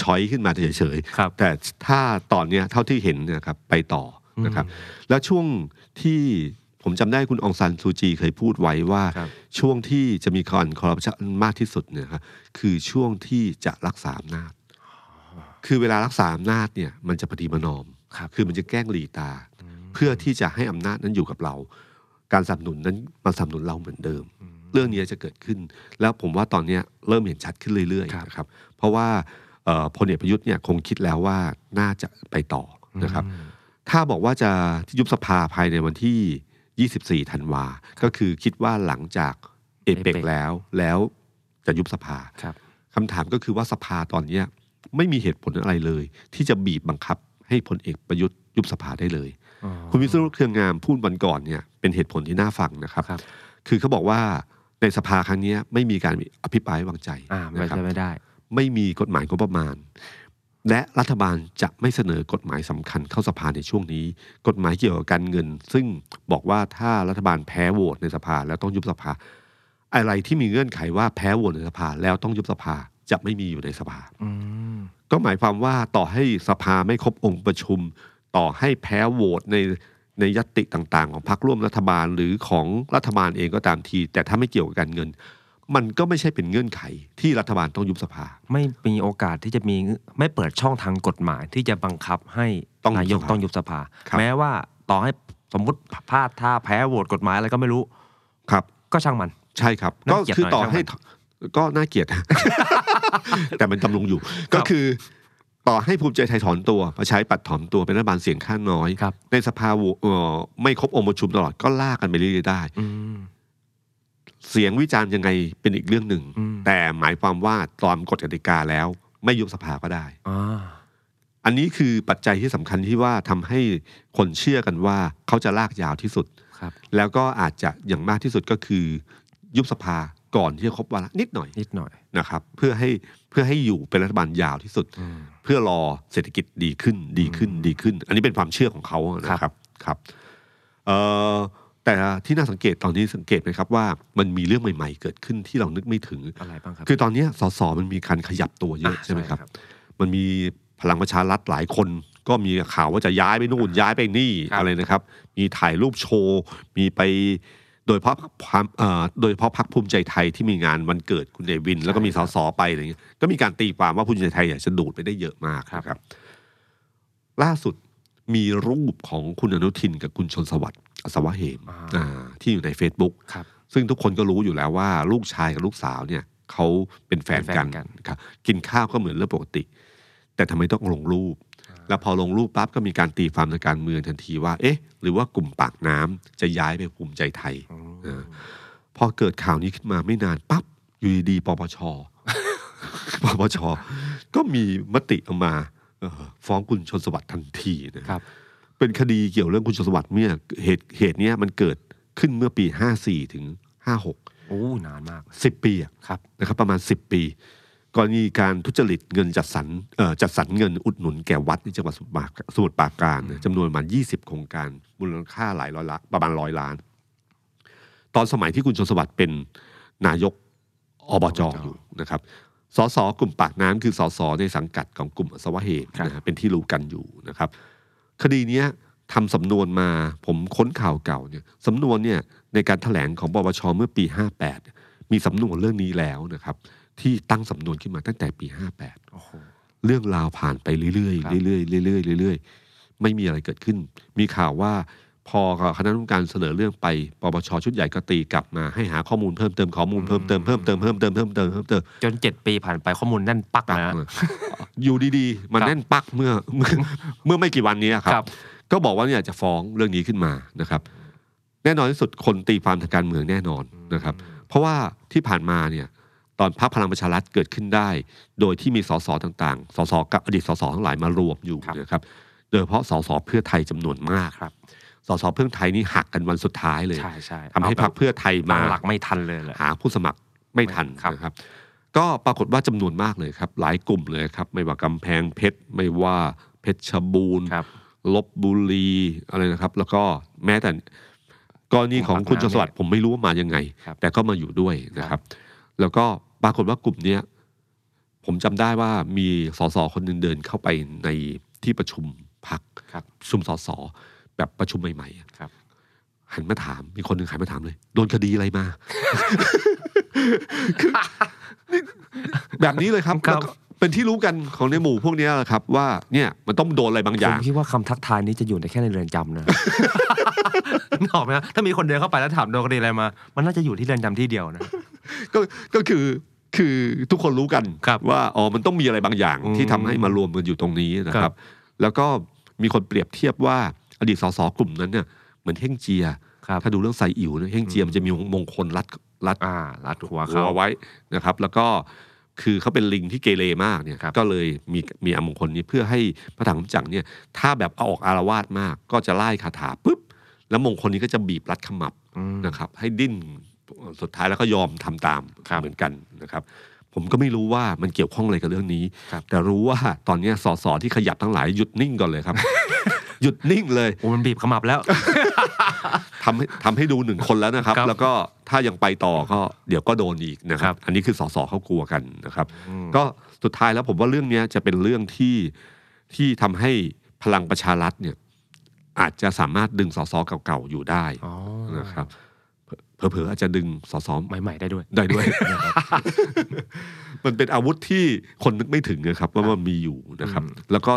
B: ช้อยขึ้นมาเฉย
C: ครับ
B: ๆแต่ถ้าตอนเนี้ยเท่าที่เห็นเนยครับไปต่อนะครับ แล้วช่วงที่ ผมจำได้คุณองซานซูจีเคยพูดไว้ว่า
C: ครับ
B: ช่วงที่จะมีการคอร์รัปชันมากที่สุดเนี่ยครับคือช่วงที่จะรักษาอำนาจ คือเวลารักษาอำนาจเนี่ยมันจะปฏิบัตินอม
C: ครับ
B: คือมันจะแกล้งหลีตา เพื่อที่จะให้อำนาจนั้นอยู่กับเรา การสนับสนุนนั้นมาสนับสนุนเราเหมือนเดิม เรื่องนี้จะเกิดขึ้น แล้วผมว่าตอนเนี้ยเริ่มเห็นชัดขึ้นเรื่อยๆนะครับ เพราะว่าเอ่อพลเอกประยุทธ์เนี่ยคงคิดแล้วว่าน่าจะไปต่อนะครับ ถ้าบอกว่าจะยุบสภาภายในวันที่ 24 ธันวา ก็คือคิดว่าหลังจากเอเปก
C: APEC
B: แล้วแล้วจะยุบสภา
C: ครับ
B: คำถามก็คือว่าสภาตอนเนี้ยไม่มีเหตุผลอะไรเลย ที่จะบีบบังคับให้พลเอกประยุทธ์ยุบสภาได้เลย
C: อ๋อ
B: คุณวิศนุเครืองามพูดวันก่อนเนี่ยเป็นเหตุผลที่น่าฟังนะครับ
C: ครับ
B: คือเขาบอกว่าในสภาครั้งเนี้ยไม่มีการอภิปรายไว้วางใจ
C: อ่าไม่
B: นะครับ
C: ใช่ไม่ได้
B: ไม่มีกฎหมายงบประมาณ และรัฐบาลจะไม่เสนอกฎหมายสำคัญเข้าสภาในช่วงนี้ กฎหมายเกี่ยวกับการเงิน ซึ่งบอกว่าถ้ารัฐบาลแพ้โหวตในสภาแล้วต้องยุบสภา อะไรที่มีเงื่อนไขว่าแพ้โหวตในสภาแล้วต้องยุบสภาจะไม่มีอยู่ในสภา
C: อืม
B: ก็หมายความว่าต่อให้สภาไม่ครบองค์ประชุม ต่อให้แพ้โหวตในในยติต่างๆ ของพรรคร่วมรัฐบาลหรือของรัฐบาลเองก็ตามที แต่ถ้าไม่เกี่ยวกับการเงิน มันก็ไม่ใช่เป็นเงื่อนไข ที่รัฐบาลต้องยุบสภา
C: ไม่มีโอกาสที่จะมีไม่เปิดช่องทางกฎหมายที่จะบังคับให้
B: ต้อง
C: นายก
B: ยุบสภา
C: ต้องยุบสภา
B: ครับ
C: แม้ว่าต่อให้สมมติพลาดท่าแพ้โหวตกฎหมายอะไรก็ไม่รู้
B: ครับ
C: ก็ช่างมัน
B: ใช่ครับ ก็
C: น่าเกลียด
B: คือ
C: หน่อย
B: ต่อให้ก็น่าเกลียด แต่มันดำรงอยู่ ก็คือ ต่อให้ภูมิใจไทยถอนตัวประชาธิปัดถอนตัวเป็นรัฐบาลเสียงข้างน้อย
C: ครับ
B: ในสภาโหวเอ่อไม่ครบองค์ประชุมตลอดก็ลากกันไปเรื่อยๆได้
C: อืม
B: เสียงวิจารณ์ยังไงเป็นอีกเรื่องหนึ่ง
C: อืม
B: แต่หมายความว่าตามกฎกติกาแล้ว ไม่ยุบสภาก็ได้
C: อ่า
B: อันนี้คือปัจจัยที่สำคัญที่ว่าทำให้คนเชื่อกันว่าเขาจะลากยาวที่สุด
C: ครับ
B: แล้วก็อาจจะอย่างมากที่สุดก็คือ ยุบสภาก่อนที่จะครบวาระนิดหน่อย
C: นิดหน่อย
B: นะครับเพื่อให้เพื่อให้อยู่เป็นรัฐบาลยาวที่สุด
C: อืม
B: เพื่อรอเศรษฐกิจดีขึ้นดีขึ้นดีขึ้น อันนี้เป็นความเชื่อของเขาอะนะครับครับเอ่อแต่ที่น่าสังเกตตอนนี้สังเกตไหมครับว่ามันมีเรื่องใหม่ๆ เกิดขึ้นที่เรานึกไม่ถึง
C: อะไรบ้างครับ
B: คือตอนเนี้ยสสมันมีการขยับตัวเยอะ
C: อ่ะ
B: ใช่ไหมครับ
C: ใช่ครับ
B: มันมีพลังประชารัฐหลายคน ก็มีข่าวว่าจะย้ายไปนู่นย้ายไปนี่
C: ครับ
B: อะไรนะครับ มีถ่ายรูปโชว์ มีไปโดยเฉพาะความเอ่อโดยเฉพาะพักภูมิใจไทยที่มีงานวันเกิดคุณเดวิน แล้วก็มีสสไปอะไรอย่างเงี้ยก็มีการตีความว่าภูมิใจไทยอยากจะดูดไปได้เยอะมากนะครับ ล่าสุดมีรูปของคุณอนุทินกับคุณชนสวัสดิ์อัศวะเหมอ่าที่อยู่ใน Facebook
C: ครับ
B: ซึ่งทุกคนก็รู้อยู่แล้วว่าลูกชายกับลูกสาวเนี่ยเขาเป็นแฟนกัน
C: เป็นแฟนกัน
B: ครับกินข้าวก็เหมือนเรื่องปกติ แต่ทำไมต้องลงรูป แล้วพอลงรูปปั๊บก็มีการตีความในการเมืองทันทีว่า เอ๊ะ หรือว่ากลุ่มปากน้ำจะย้ายไปภูมิใจไทยเออพอเกิดข่าวนี้ขึ้นมาไม่นานปั๊บอยู่ดีๆปปช ปปช ก็มีมติออกมาเอ่อฟ้องคุณชนสวัสดิ์ทันทีนะ
C: ครับ
B: เป็นคดีเกี่ยวเรื่องคุณชนสวัสดิ์เนี่ยเหตุเหตุเนี้ยมันเกิดขึ้นเมื่อปี 54 ถึง 56
C: โอ้ นานมาก
B: 10 ปีอะ
C: ครับ
B: นะครับประมาณ 10 ปี กรณีการทุจริตเงินจัดสรรเอ่อจัดสรรเงินอุดหนุนแก่วัดในจังหวัดสมุทรปราการสมุทรปราการนะจำนวนประมาณ 20 โครงการมูลค่าหลายร้อยล้านประมาณร้อยล้าน ตอนสมัยที่คุณชนสวัสดิ์เป็นนายกอบจ
C: อบจ
B: อยู่นะครับสสกลุ่มปากน้ำคือสสในสังกัดของกลุ่มอัศวะเหมนะฮะเป็นที่รู้กันอยู่นะครับ คดีเนี้ยทำสำนวนมาผมค้นข่าวเก่าเนี่ยสำนวนเนี่ยในการถแถลงของปปชเมื่อปี 58เนี่ยมีสำนวนเรื่องนี้แล้วนะครับ ที่ตั้งสำนวนขึ้นมาตั้งแต่ปี
C: โอ้โห
B: 58 เรื่องราวผ่านไปเรื่อย
C: ครับ
B: ๆเรื่อยๆเรื่อยๆเรื่อยๆไม่มีอะไรเกิดขึ้น มีข่าวว่าพอคณะกรรมการเสนอเรื่องไปปปชชุดใหญ่ก็ตีกลับมาให้หาข้อมูลเพิ่มเติมข้อมูลเพิ่มเติมเพิ่มเติมเพิ่มเติมเพิ่มเติมเพิ่มเติม
C: จนเจ็ดปีผ่านไปข้อมูลแน่นปัก
B: ปัก
C: นะ
B: เลยอยู่ดีๆ มัน
C: ครับ
B: แน่นปักเมื่อเมื่อเมื่อไม่กี่วันนี้ค
C: ครั
B: รับ
C: บ
B: ก็บอกว่าเนี่ยจะฟ้องเรื่องนี้ขึ้นมานะครับ แน่นอนที่สุดคนตีความทางการเมืองแน่นอนนะครับ เพราะว่าที่ผ่านมาเนี่ยตอนพรรคพลังประชารัฐเกิดขึ้นได้ โดยที่มีสสต่างๆ สสกับอดีตสสทั้งหลายมารวมอยู่นะครับ โดยเฉพาะสสเพื่อไทยจำนวนมาก
C: ครับ
B: สสเพื่อไทยนี่หักกันวันสุดท้ายเลย
C: ใช่ใช่
B: ทำให้พรรคเพื่อไทย
C: มา
B: มา
C: หลักไม่ทันเลยแหละ
B: หาผู้สมัครไม่ทัน
C: ครับ
B: นะครับ ก็ปรากฏว่าจำนวนมากเลยครับ หลายกลุ่มเลยครับ ไม่ว่ากำแพงเพชร ไม่ว่าเพชรบูรณ์
C: ครับ
B: ลบบุรีอะไรนะครับ แล้วก็แม้แต่กรณีของ
C: กลุ่ม
B: คุณ
C: ปาก
B: จงสวัสดิ์
C: น้ำ
B: ผมไม่รู้ว่ามายังไง
C: ครับ
B: แต่ก็มาอยู่ด้วยนะครับ แล้วก็ปรากฏว่ากลุ่มเนี้ยผมจำได้ว่ามีสสคนหนึ่งเดินเข้าไปในที่ประชุมพัก
C: ครับ
B: ชุมสสแบบประชุมใหม่ๆอะ
C: ครับ
B: หันมาถาม มีคนหนึ่งหันมาถามเลย โดนคดีอะไร มา แบบนี้เลยครับ
C: ครับ
B: แล้วก็เป็นที่รู้กันของในหมู่พวกเนี้ยแหละครับ ว่าเนี่ยมันต้องโดนอะไรบางอ
C: ผ
B: ย่าม ง
C: คิดว่าคำทักทายนี้จะอยู่ในแค่ในเรือนจำนะ นึกออกไหมฮะถ้ามีคนเดินเข้าไปแล้วถามโดนคดีอะไรมา มันน่าจะอยู่ที่เรือนจำที่เดียวนะ
B: ก็ก็คือคือทุกคนรู้กัน
C: ครับ
B: ว่าอ๋อมันต้องมีอะไรบางอย่าง
C: อืม
B: ที่ทำให้มารวมกันอยู่ตรงนี้นะค
C: ครั
B: รับ
C: บ
B: แล้วก็มีคนเปรียบเทียบว่าอดีตสสกลุ่มนั้นเนี่ยเหมือนเฮ่งเจีย
C: ครับ
B: ถ้าดูเรื่องไซอิ๋วเนี่ยเฮ่งเจียมันจะมีมงคลรัดรัด
C: อ่ารัดหัว
B: หั
C: เขา
B: วไว้นะครับ แล้วก็คือเขาเป็นลิงที่เกเรมากเนี่ย
C: ครับ
B: ก็เลยมีมีอมงคลนี้เพื่อให้พระถังคำจักรเนี่ยถ้าแบบเอาออกอารวาสมาก ก็จะไล่คาถาปุ๊บแล้วมงคลนี้ก็จะบีบรัดขมับ
C: อืม
B: นะครับให้ดิ้นสุดท้ายแล้วก็ยอมทำตาม
C: ครับ
B: เหมือนกันนะครับ ผมก็ไม่รู้ว่ามันเกี่ยวข้องอะไรกับเรื่องนี้
C: ครับ
B: แต่รู้ว่าตอนเนี้ยสสที่ขยับทั้งหลายหยุดนิ่งก่อน เลยครับ หยุดนิ่งเลย
C: โอ้มันบีบขมับแล้ว
B: ทำให้ทำให้ดูหนึ่งคนแล้วนะครับ
C: ครับ
B: แล้วก็ถ้ายังไปต่อก็เดี๋ยวก็โดนอีกนะค
C: ครั
B: รับ
C: บ
B: อันนี้คือสสเขากลัวกันนะครับ
C: อืม
B: ก็สุดท้ายแล้วผมว่าเรื่องเนี้ยจะเป็นเรื่องที่ที่ทำให้พลังประชารัฐเนี่ยอาจจะสามารถดึงสสเก่าๆอยู่ได้
C: อ๋อ
B: นะครับเผเผลอๆอาจจะดึงสส
C: ใหม่ ๆ ได้ด้วย
B: ได้ด้วย มันเป็นอาวุธที่คนนึกไม่ถึงนะครับ ว่ามันมีอยู่นะครับ แล้วก็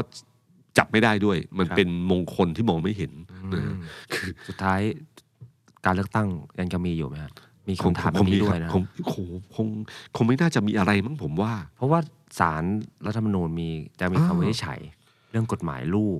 B: จับไม่ได้ด้วย มัน
C: ครับ
B: เป็นมงคลที่มองไม่เห็นนะฮะ
C: สุดท้ายการเลือกตั้งยังจะมีอยู่ไหมฮะมี
B: คง
C: คำถามแบ
B: คง
C: บ
B: มี
C: นี้ด้
B: คว รั
C: ย
B: บ
C: นะ
B: คงคงคงคงไม่น่าจะมีอะไรมั้งผมว่า
C: เพราะว่าสารรัฐธรรมนูญมีจะมี
B: อ้าว
C: คำวินิจฉัย เรื่องกฎหมายลูก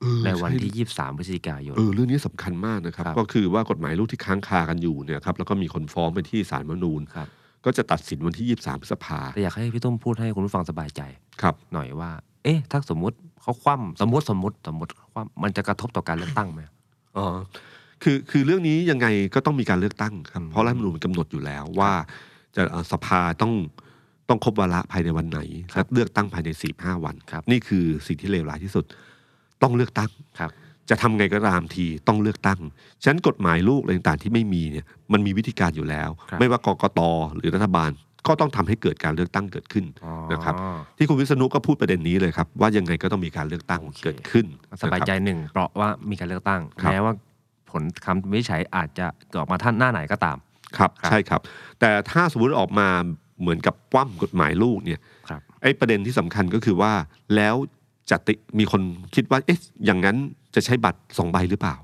B: เออ
C: ในวัน
B: ช่
C: ที่ 23พฤศจิกายน
B: เออเรื่องนี้สำคัญมากนะครับ
C: ครับ
B: ก็คือว่ากฎหมายลูกที่ค้างคากันอยู่เนี่ยครับแล้วก็มีคนฟ้องไปที่ศาลรัฐธรรมนูญ
C: ครับ
B: ก็จะตัดสินวันที่ 23พฤษภา
C: แต่อยากให้พี่ตุ้มพูดให้คุณผู้ฟังสบายใจ
B: ครับ
C: หน่อยว่า เอ๊ะ ถ้าสมมติเขาคว่ำสมมติสมมติสมมติเขาคว่ำมันจะกระทบต่อการเลือกตั้งไหม
B: อ๋อคือคือเรื่องนี้ยังไงก็ต้องมีการเลือกตั้งครับ
C: อืม
B: เพราะรัฐธรรมนูญมันกำหนดอยู่แล้วว่าจะเอ่อสภาต้องต้องครบวาระภายในวันไหน
C: ครั
B: และ
C: บ
B: เลือกตั้งภายในสี่ห้าวัน
C: ครับ
B: นี่คือสิ่งที่เลวร้ายที่สุด ต้องเลือกตั้ง
C: ครับ
B: จะทำไงก็ตามทีต้องเลือกตั้งฉะนั้นกฎหมายลูกอะไรต่างๆที่ไม่มีเนี่ยมันมีวิธีการอยู่แล้ว
C: ครับ
B: ไม่ว่ากกตหรือรัฐบาลก็ต้องทำให้เกิดการเลือกตั้งเกิดขึ้นนะครับ
C: อ๋อ
B: ที่คุณวิษณุก็พูดประเด็นนี้เลยครับ ว่ายังไงก็ต้องมีการเลือกตั้งเกิดขึ้นนะครับ
C: สบายใจหนึ่งเปราะว่ามีการเลือกตั้ง
B: ครับ
C: แม้ว่าผลคำวินิจฉัยอาจจะออกมาท่านหน้าไหนก็ตาม
B: ครับ
C: ครับ
B: ใช่ครับ แต่ถ้าสมมติออกมาเหมือนกับคว่ำกฎหมายลูกเนี่ย
C: ครับ
B: ไอ้ประเด็นที่สำคัญก็คือว่าแล้วจะติมีคนคิดว่าเอ๊ะอย่างนั้นจะใช้บัตรสองใบหรือเปล่า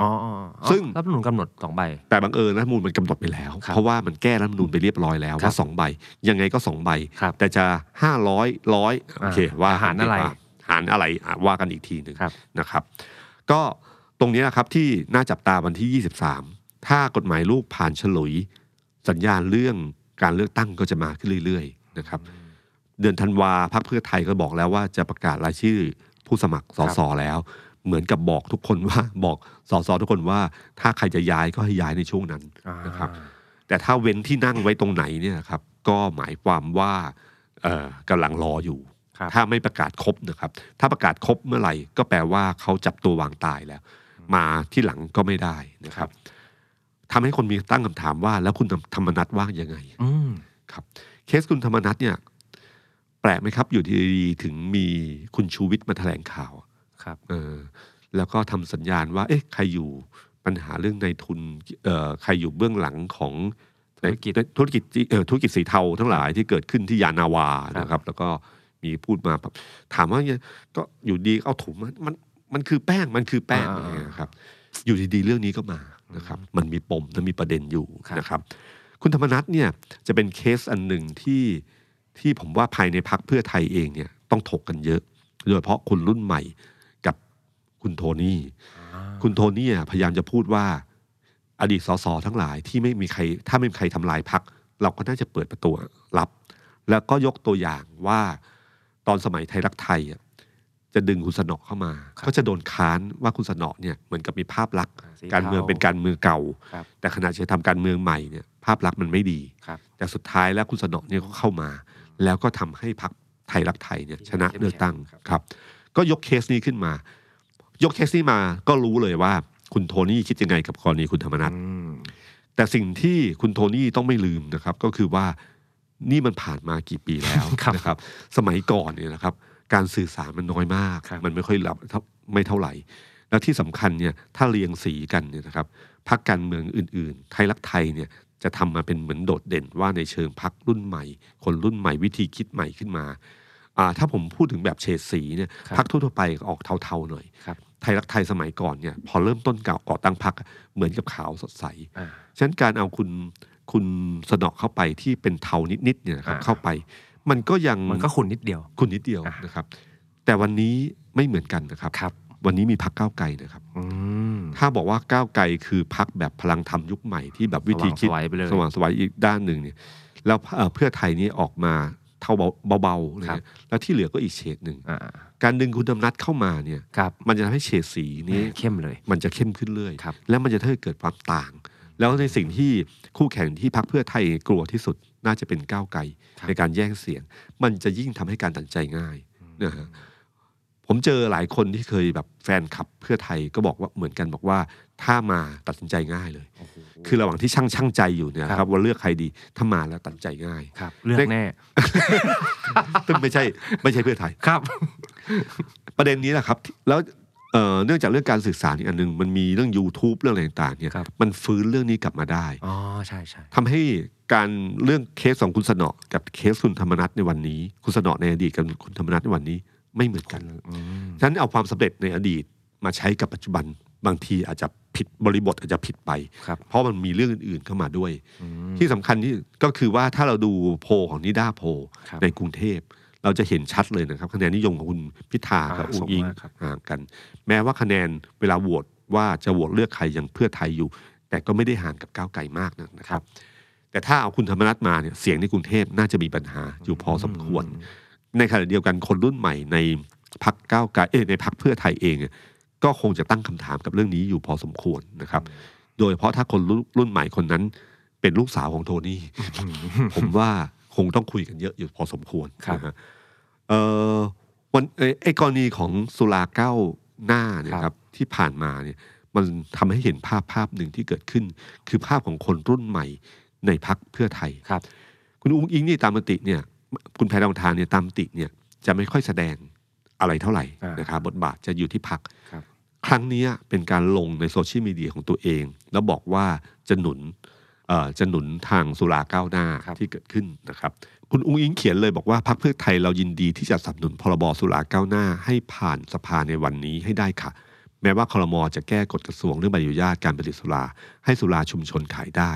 C: อ๋ออ๋ออ๋อ
B: ซึ่ง
C: รัฐธรรมนูญกำหนดสองใบ
B: แต่บังเอิญรัฐธรรมนูญมันกำหนดไปแล้ว
C: ครับ
B: เพราะว่ามันแก้รัฐธรรมนูญไปเรียบร้อยแล้ว
C: ครั
B: ว่า
C: บ
B: สองใบ ยังไงก็สองใบ
C: ครับ
B: แต่จะห้าร้อยร้อยโอเค
C: อ่า
B: ว่า
C: หารอะไร
B: หารอะไรอ่ะว่ากันอีกทีหนึ่ง
C: ครับ
B: นะครับ ก็ตรงนี้นะครับที่น่าจับตาวันที่ 23 ถ้ากฎหมายลูกผ่านฉลุย สัญญาณเรื่องการเลือกตั้งก็จะมาขึ้นเรื่อยๆนะครับ เดือนธันวาพรรคเพื่อไทยก็บอกแล้วว่าจะประกาศรายชื่อผู้สมัครส
C: ครับ
B: สแล้ว เหมือนกับบอกทุกคนว่า บอกสสทุกคนว่าถ้าใครจะย้ายก็ให้ย้ายในช่วงนั้นนะครับ แต่ถ้าเว้นที่นั่งไว้ตรงไหนเนี่ยครับก็หมายความว่าเอ่อกำลังรออยู่
C: ครับ
B: ถ้าไม่ประกาศครบนะครับ ถ้าประกาศครบเมื่อไหร่ ก็แปลว่าเขาจับตัววางตายแล้ว มาที่หลังก็ไม่ได้นะครับทำให้คนมีตั้งคำถามว่า แล้วคุณธรรมนัฐว่างยังไง
C: อืม
B: ครับเคสคุณธรรมนัทเนี่ยแปลกไหมครับ อยู่ดีๆถึงมีคุณชูวิทย์มาแถลงข่าว
C: ครับ
B: เออแล้วก็ทำสัญญาณว่า เอ๊ะใครอยู่ปัญหาเรื่องในทุนเอ่อใครอยู่เบื้องหลังของ
C: ธุรกิจ
B: ในธุรกิจที่เอ่อธุรกิจสีเทาทั้งหลายที่เกิดขึ้นที่ยานาวา
C: ครับ
B: นะครับ แล้วก็มีพูดมาแบบถามว่าก็อยู่ดีเอาถุงมามันมันคือแป้งมันคือแป้งอะไรอย่างเงี้ยครับ อยู่ดีๆ เรื่องนี้ก็มานะครับ มันมีปมและมีประเด็นอยู่
C: ครับ
B: นะครับ คุณธรรมนัฐเนี่ยจะเป็นเคสอันหนึ่งที่ที่ผมว่าภายในพักเพื่อไทยเองเนี่ยต้องถกกันเยอะ โดยเฉพาะคนรุ่นใหม่กับคุณโทนี่ คุณโทนี่อะพยายามจะพูดว่า อดีตสสทั้งหลายที่ไม่มีใคร ถ้าไม่มีใครทำลายพัก เราก็น่าจะเปิดประตูรับ แล้วก็ยกตัวอย่างว่าตอนสมัยไทยรักไทยอะจะดึงคุณสนอเข้ามา
C: ครับ
B: ก็จะโดนค้านว่าคุณสนอเนี่ยเหมือนกับมีภาพลักษณ์
C: สี
B: การเมือง
C: เทา
B: เป็นการเมืองเก่า
C: ครับ
B: แต่ขณะจะทำการเมืองใหม่เนี่ยภาพลักษณ์มันไม่ดี
C: ครับ
B: แต่สุดท้ายแล้วคุณสนอเนี่ยก็เข้ามา แล้วก็ทำให้พรรคไทยรักไทยเนี่ยชนะเลือกตั้งครับ ก็ยกเคสนี้ขึ้นมา ยกเคสนี้มาก็รู้เลยว่าคุณโทนี่คิดยังไงกับกรณีคุณธรรมนัฐ
C: อืม
B: แต่สิ่งที่คุณโทนี่ต้องไม่ลืมนะครับ ก็คือว่านี่มันผ่านมากี่ปีแล้ว
C: ครับ
B: นะครับ สมัยก่อนเนี่ยนะครับ การสื่อสารมันน้อยมาก
C: ครับ
B: มันไม่ค่อยรับไม่เท่าไหร่ แล้วที่สำคัญเนี่ยถ้าเรียงสีกันเนี่ยนะครับพักการเมืองอื่น ๆ ไทยรักไทยเนี่ยจะทำมาเป็นเหมือนโดดเด่นว่าในเชิงพักรุ่นใหม่ คนรุ่นใหม่วิธีคิดใหม่ขึ้นมาอ่าถ้าผมพูดถึงแบบเฉดสีเนี่ย
C: ครับ
B: พักทั่วๆไปออกเทาๆหน่อย
C: ครับ
B: ไทยรักไทยสมัยก่อนเนี่ยพอเริ่มต้นก่าก่อตั้งพักเหมือนกับขาวสดใส
C: อ่า
B: ฉะนั้นการเอาคุณคุณสนอกเข้าไปที่เป็นเทานิดๆเนี่ยนะครับ
C: อ่า
B: เข้าไป มันก็ยัง
C: มันก็ขุนนิดเดียว
B: คุณนิดเดียว
C: อ่าน
B: นะครับ แต่วันนี้ไม่เหมือนกันนะครับ
C: ครับ
B: วันนี้มีพักก้าวไกลนะครับ
C: อืม
B: ถ้าบอกว่าก้าวไกลคือพักแบบพลังธรรมยุคใหม่ที่แบบวิธีคิด
C: สว่างไสวไปเลย
B: สว่างไสวายอีกด้านหนึ่งเนี่ยแล้วเอ่อเพื่อไทยนี่ออกมาเท่าเบาๆเลย
C: ครับ
B: นะแล้วที่เหลือก็อีกเฉดหนึ่ง
C: อ่า
B: การดึงคุณดำนัดเข้ามาเนี่ย
C: ครับ
B: มันจะทำให้เฉดสีนี้
C: เข้มเลย
B: มันจะเข้มขึ้นเรื่อย
C: ครับ
B: แล้วมันจะทำให้เกิดความต่าง แล้วในสิ่งที่คู่แข่งที่พักเพื่อไทยกลัวที่สุดน่าจะเป็นก้าวไกลในการแย่งเสียง มันจะยิ่งทำให้การตัดสินใจง่ายนะฮะผมเจอหลายคนที่เคยแบบแฟนคลับเพื่อไทยก็บอกว่าเหมือนกันบอกว่าถ้ามาตัดสินใจง่ายเลย
C: โอ้โห
B: คือระหว่างที่ช่างช่างใจอยู่เนี่ย
C: ครับ
B: ครับว่าเลือกใครดีถ้ามาแล้วตัดสินใจง่าย
C: ครับเลือกแน่
B: ซึ่งไม่ใช่ไม่ใช่เพื่อไทย
C: ครับ
B: ประเด็นนี้แหละครับที่แล้วเอ่อเนื่องจากเรื่องการสื่อสารอีกอันหนึ่งมันมีเรื่อง YouTube เรื่องอะไรต่างๆเนี่ย
C: ครับ
B: มันฟื้นเรื่องนี้กลับมาได้
C: อ๋อใช่ใช่
B: ทำให้การเรื่องเคสของคุณสนอกับเคสคุณธรรมนัทในวันนี้ คุณสนอในอดีตกับคุณธรรมนัทในวันนี้ไม่เหมือนกัน
C: อืม
B: ฉะนั้นเอาความสำเร็จในอดีตมาใช้กับปัจจุบันบางทีอาจจะผิดบริบทอาจจะผิดไป
C: ครับ
B: เพราะมันมีเรื่องอื่นๆเข้ามาด้วย
C: อืม
B: ที่สำคัญที่ก็คือว่าถ้าเราดูโพลของนิด้าโพล
C: ครับ
B: ในกรุงเทพ เราจะเห็นชัดเลยนะครับ คะแนนนิยมของคุณพิธา
C: อ่า
B: กับอุ
C: สู
B: ง
C: ง
B: อิง
C: มากครับ
B: ห่างกัน แม้ว่าคะแนนเวลาโหวตว่าจะโหวตเลือกใครยังเพื่อไทยอยู่ แต่ก็ไม่ได้ห่างกับก้าวไกลมากนักนะครับ แต่ถ้าเอาคุณธรรมนัฐมาเนี่ยเสียงในกรุงเทพน่าจะมีปัญหาอยู่พอสมควร ในขณะเดียวกันคนรุ่นใหม่ในพักก้าวไกลเอ้ยในพักเพื่อไทยเองเนี่ยก็คงจะตั้งคำถามกับเรื่องนี้อยู่พอสมควรนะครับ โดยเฉพราะถ้าคนรุ่นรุ่นใหม่คนนั้นเป็นลูกสาวของโทนี่ ผมว่าคงต้องคุยกันเยอะอยู่พอสมควร
C: ครับ
B: นะฮะเอ่อวันเอ่อไอ้กรณีของสุราเก้าหน้าเนี่ยค
C: ครั
B: รับ บที่ผ่านมาเนี่ยมันทำให้เห็นภาพภาพหนึ่งที่เกิดขึ้น คือภาพของคนรุ่นใหม่ในพักเพื่อไทย
C: ครับ
B: คุณอุ้งอิงนี่ตามมติเนี่ยคุณแพทองทานเนี่ยตามมติเนี่ยจะไม่ค่อยแสดงอะไรเท่าไหร่นะครับบทบาทจะอยู่ที่พัก
C: ครับ
B: ครั้งเนี้ยเป็นการลงในโซเชียลมีเดียของตัวเอง แล้วบอกว่าจะหนุนเอ่อจะหนุนทางสุราก้าวหน้าที่เกิดขึ้นนะครับ คุณอุ้งอิงเขียนเลยบอกว่าพักเพื่อไทยเรายินดีที่จะสนับสนุนพรบสุราก้าวหน้า ให้ผ่านสภาในวันนี้ให้ได้ค่ะ แม้ว่าคลมจะแก้กฎกระทรวงเรื่องใบอนุญาตการผลิตสุรา ให้สุราชุมชนขายได้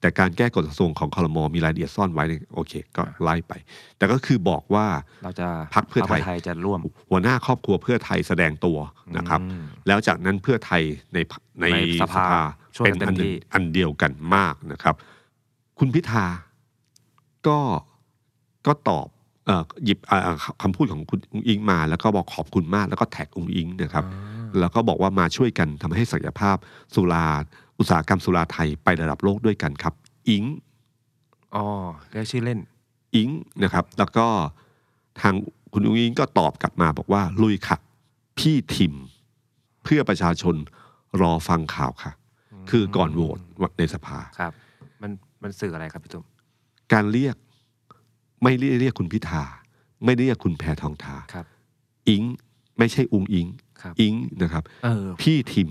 B: แต่การแก้กฎกระทรวงของคลมมีรายละเอียดซ่อนไว้ในโอเค ก็ไล่ไป แต่ก็คือบอกว่า
C: เราจะ
B: พรรคเพื่อไทย
C: พรรคจะร่วม
B: หัวหน้าครอบครัวเพื่อไทยแสดงตัวนะครับ
C: อืม
B: แล้วจากนั้นเพื่อไทยในใน
C: ในสภาช่วย
B: เป็น
C: กัน
B: อันห
C: เต็ม
B: นึ่
C: ที่
B: งอันเดียวกันมากนะครับ คุณพิธาก็ก็ตอบเอ่อหยิบเอ่อคำพูดของคุณอุงอิงมา แล้วก็บอกขอบคุณมากแล้วก็แท็กอุงอิงนะครับ แล้วก็บอกว่ามาช่วยกันทำให้ศักยภาพสุราอุตสาหกรรมสุราไทยไประดับโลกด้วยกันครับ อิง
C: อ๋อเรียกชื่อเล่น
B: อิงนะครับ แล้วก็ทางคุณอุ้งอิงก็ตอบกลับมาบอกว่า ลุยค่ะ พี่ทิม เพื่อประชาชนรอฟังข่าวค่ะ คือก่อนโหวตในสภา
C: ครับ มันมันสื่ออะไรครับพี่ตุ้ม
B: การเรียกไม่เรียกเรียกคุณพิธา ไม่เรียกคุณแพทองทาร
C: ครับ
B: อิงไม่ใช่อุงอิง
C: ครับ
B: อิงนะครับ
C: เออ
B: พี่ทิม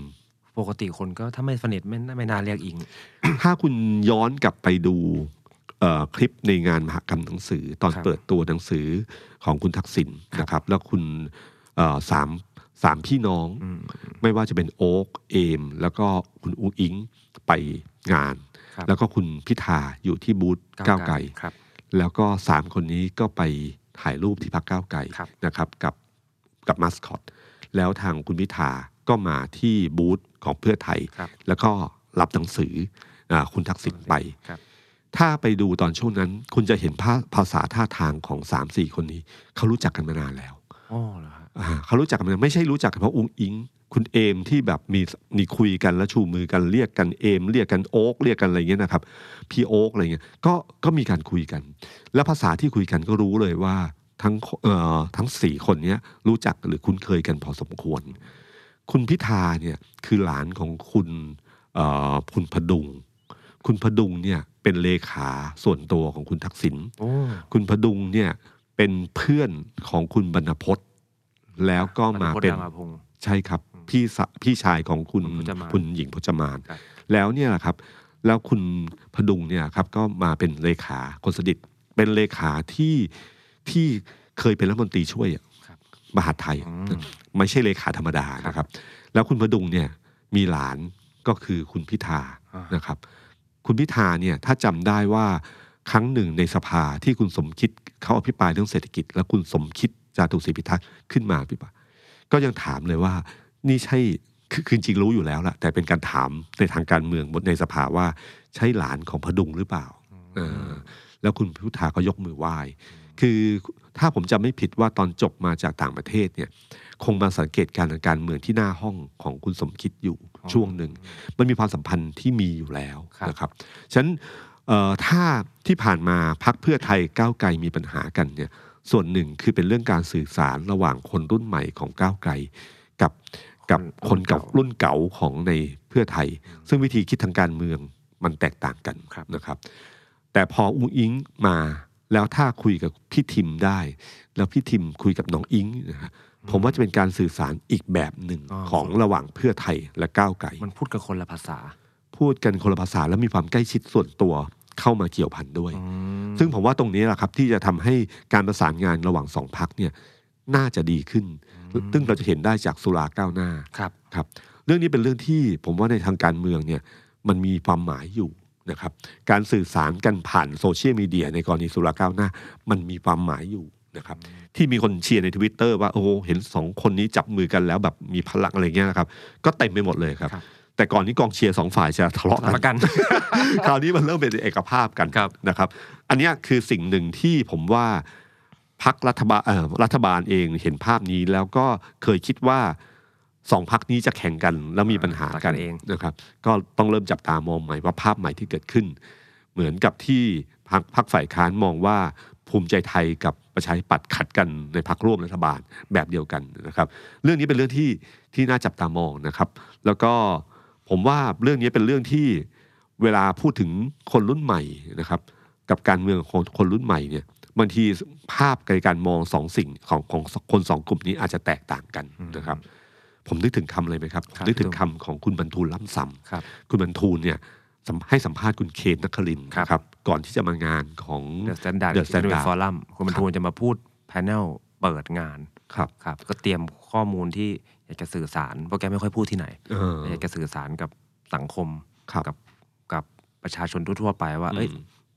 C: ปกติคนก็ถ้าไม่สนิทไม่ไม่น่าเรียกอิง
B: ถ้าคุณย้อนกลับไปดูเอ่อคลิปในงานมหกรรมหนังสือ ตอน
C: ครับ
B: เปิดตัวหนังสือของคุณทักษิณนะครับ แล้วคุณเอ่อสามสามพี่น้อง ไม่ว่าจะเป็นโอ๊กเอม แล้วก็คุณอุ้งอิงไปงาน
C: ครับ
B: แล้วก็คุณพิธาอยู่ที่บูธก้าวไกล
C: ครับ
B: แล้วก็สามคนนี้ก็ไปถ่ายรูปที่พักก้าวไกล
C: ครับ
B: นะครับ กับกับมาสคอต แล้วทางคุณพิธาก็มาที่บูธของเพื่อไทย
C: ครับ
B: แล้วก็รับหนังสืออาคุณทักษิณไป
C: ครับ
B: ถ้าไปดูตอนช่วงนั้น คุณจะเห็นภาภาษาท่าทางของสามสี่คนนี้ เขารู้จักกันมานานแล้ว
C: อ๋อเหรอฮะ
B: อ่าเขารู้จักกันมานานไม่ใช่รู้จักกันเพราะอุ้งอิง คุณเอมที่แบบมีมีคุยกันแล้วชูมือกันเรียกกันเอม เรียกกันโอ๊กเรียกกันอะไรอย่างเงี้ยนะครับ พี่โอ๊กอะไรเงี้ยก็ก็มีการคุยกัน แล้วภาษาที่คุยกันก็รู้เลยว่าทั้งเอ่อทั้งสี่คนเนี้ยรู้จักหรือคุ้นเคยกันพอสมควร คุณพิธาเนี่ยคือหลานของคุณเอ่อคุณพดุง คุณพดุงเนี่ยเป็นเลขาส่วนตัวของคุณทักษิณ
C: โอ้
B: คุณพดุงเนี่ยเป็นเพื่อนของคุณบรรณพจน์แล้วก็มาเป็น
C: มาพงษ์
B: ใช่ครับ
C: อืม
B: พี่สะพี่ชายของคุณ
C: คุณพจมาน
B: คุณหญิงพจมาน
C: ครับ
B: แล้วเนี่ยแหละครับ แล้วคุณพดุงเนี่ยครับก็มาเป็นเลขาคนสนิทเป็นเลขาที่ที่เคยเป็นรัฐมนตรีช่วยอะมหาดไทย
C: อืม
B: ไม่ใช่เลขาธรรมดานะครับ แล้วคุณพดุงเนี่ยมีหลานก็คือคุณพิธา
C: อ่าน
B: นะครับ คุณพิธาเนี่ยถ้าจำได้ว่าครั้งหนึ่งในสภาที่คุณสมคิดเขาอภิปรายเรื่องเศรษฐกิจ แล้วคุณสมคิดจาตุศรีพิทักษ์ขึ้นมาพี่ปรายก็ยังถามเลยว่านี่ใช่คือคือจริงรู้อยู่แล้วละแต่เป็นการถามในทางการเมืองบนในสภาว่าใช่หลานของพดุงหรือเปล่าเออแล้วคุณพิธาก็ยกมือไหว้ คือถ้าผมจำไม่ผิดว่าตอนจบมาจากต่างประเทศเนี่ย คงมาสังเกตการณ์ทางการเมืองที่หน้าห้องของคุณสมคิดอยู่ช่วงหนึ่ง มันมีความสัมพันธ์ที่มีอยู่แล้ว
C: ครับ
B: นะครับฉะนั้นเอ่อถ้าที่ผ่านมาพักเพื่อไทยก้าวไกลมีปัญหากันเนี่ยส่วนหนึ่งคือเป็นเรื่องการสื่อสารระหว่างคนรุ่นใหม่ของก้าวไกล กับกับคนเก่ารุ่นเก่าของในเพื่อไทย ซึ่งวิธีคิดทางการเมืองมันแตกต่างกันนะครับ แต่พออุ้งอิงมาแล้วถ้าคุยกับพี่ทิมได้ แล้วพี่ทิมคุยกับน้องอิงนะฮะผมว่าจะเป็นการสื่อสารอีกแบบหนึ่ง
C: อ๋อ
B: ของระหว่างเพื่อไทยและก้าวไกล
C: มันพูดกับคนละภาษา
B: พูดกันคนละภาษาและมีความใกล้ชิดส่วนตัวเข้ามาเกี่ยวพันด้วย ซึ่งผมว่าตรงนี้แหละครับที่จะทำให้การประสานงานระหว่างสองพักเนี่ยน่าจะดีขึ้น ซึ่งเราจะเห็นได้จากสุราก้าวหน้า
C: ครับ
B: ครับ เรื่องนี้เป็นเรื่องที่ผมว่าในทางการเมืองเนี่ยมันมีความหมายอยู่นะครับ การสื่อสารกันผ่านโซเชียลมีเดียในกรณีสุราก้าวหน้า มันมีความหมายอยู่นะครับ ที่มีคนเชียร์ในทวิตเตอร์ว่าโอ้โหเห็นสองคนนี้จับมือกันแล้วแบบมีพลังอะไรเงี้ยนะครับก็เต็มไปหมดเลยครับ
C: ครับ
B: แต่ก่อนที่กองเชียร์สองฝ่ายจะทะเลาะกัน
C: ประกัน
B: คราวนี้มันเริ่มเป็นเอกภาพกัน
C: ครับ
B: นะครับ อันเนี้ยคือสิ่งหนึ่งที่ผมว่าพักรัฐบาลเอ่อรัฐบาลเองเห็นภาพนี้แล้วก็เคยคิดว่าสองพักนี้จะแข่งกันแล้วมีปัญหากัน
C: เอง
B: นะครับ ก็ต้องเริ่มจับตามองใหม่ว่าภาพใหม่ที่เกิดขึ้น เหมือนกับที่พักพักฝ่ายค้านมองว่าภูมิใจไทยกับประชาธิปัตย์ขัดกันในพักร่วมรัฐบาลแบบเดียวกันนะครับ เรื่องนี้เป็นเรื่องที่ที่น่าจับตามองนะครับ แล้วก็ผมว่าเรื่องนี้เป็นเรื่องที่เวลาพูดถึงคนรุ่นใหม่นะครับ กับการเมืองของคนรุ่นใหม่เนี่ยบางทีภาพในการมองสองสิ่งของของคนสองกลุ่มนี้อาจจะแตกต่างกันนะครับ ผมนึกถึงคำเลยไหมครับ
C: ครับ
B: นึกถึงคำของคุณบรรทูลล่ำซำ
C: ครับ
B: คุณบรรทูลเนี่ยสัมให้สัมภาษณ์คุณเคนนักคลินทร์
C: ครับ
B: นะครับ ก่อนที่จะมางานของ
C: เดอะสแตนดาร์ด
B: The Standard
C: ฟอรัมคุณบรรทูลจะมาพูดแพนเนลเปิดงาน
B: ครับ
C: ครับ ก็เตรียมข้อมูลที่อยากจะสื่อสาร เพราะแกไม่ค่อยพูดที่ไหน
B: เออ
C: อยากจะสื่อสารกับสังคม
B: ครับ
C: กับกับประชาชนทั่วๆไปว่า
B: อืม
C: เอ้ย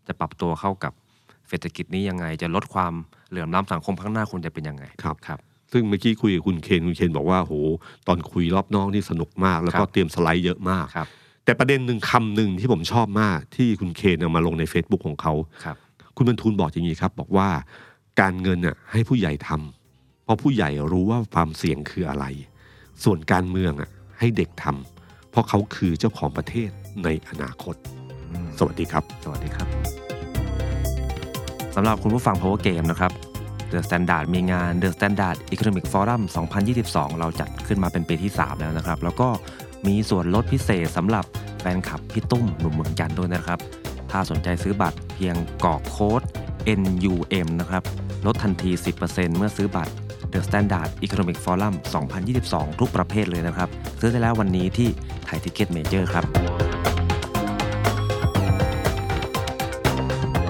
C: จะปรับตัวเข้ากับเศรษฐกิจนี้ยังไง จะลดความเหลื่อมล้ำสังคมข้างหน้าควรจะเป็นยังไง
B: ครับ
C: ครับ
B: ซึ่งเมื่อกี้คุยกับคุณเคนคุณเคนบอกว่าโหตอนคุยรอบนอกนี่สนุกมาก แล้วก็
C: ครับ
B: เตรียมสไลด์เยอะมาก
C: ครับ
B: แต่ประเด็นหนึ่งคำหนึ่งที่ผมชอบมากที่คุณเคนเอามาลงใน Facebook ของเขา
C: ครับ
B: คุณบรรทูลบอกอย่างนี้ครับ บอกว่าการเงินน่ะให้ผู้ใหญ่ทำเพราะผู้ใหญ่รู้ว่าความเสี่ยงคืออะไร ส่วนการเมืองอ่ะให้เด็กทำเพราะเขาคือเจ้าของประเทศในอนาคต สวัสดีครับ
C: สวัสดีครับ สำหรับคุณผู้ฟัง Power Game นะครับ The Standard มีงาน The Standard Economic Forum 2022 เราจัดขึ้นมาเป็นปีที่ 3 แล้วนะครับ แล้วก็มีส่วนลดพิเศษสำหรับแฟนคลับพี่ตุ้มหนุ่มเมืองจันทน์ด้วยนะครับ ถ้าสนใจซื้อบัตรเพียงกรอกโค้ด NUM นะครับ ลดทันที 10%เมื่อซื้อบัตร The Standard Economic Forum 2022 ทุกประเภทเลยนะครับ ซื้อได้แล้ววันนี้ที่ไทยทิเก็ตเมเจอร์ครับ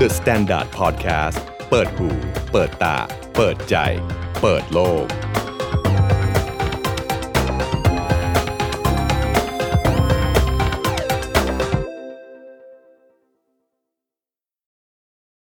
A: The Standard Podcast เปิดหูเปิดตา เปิดใจ เปิดโลก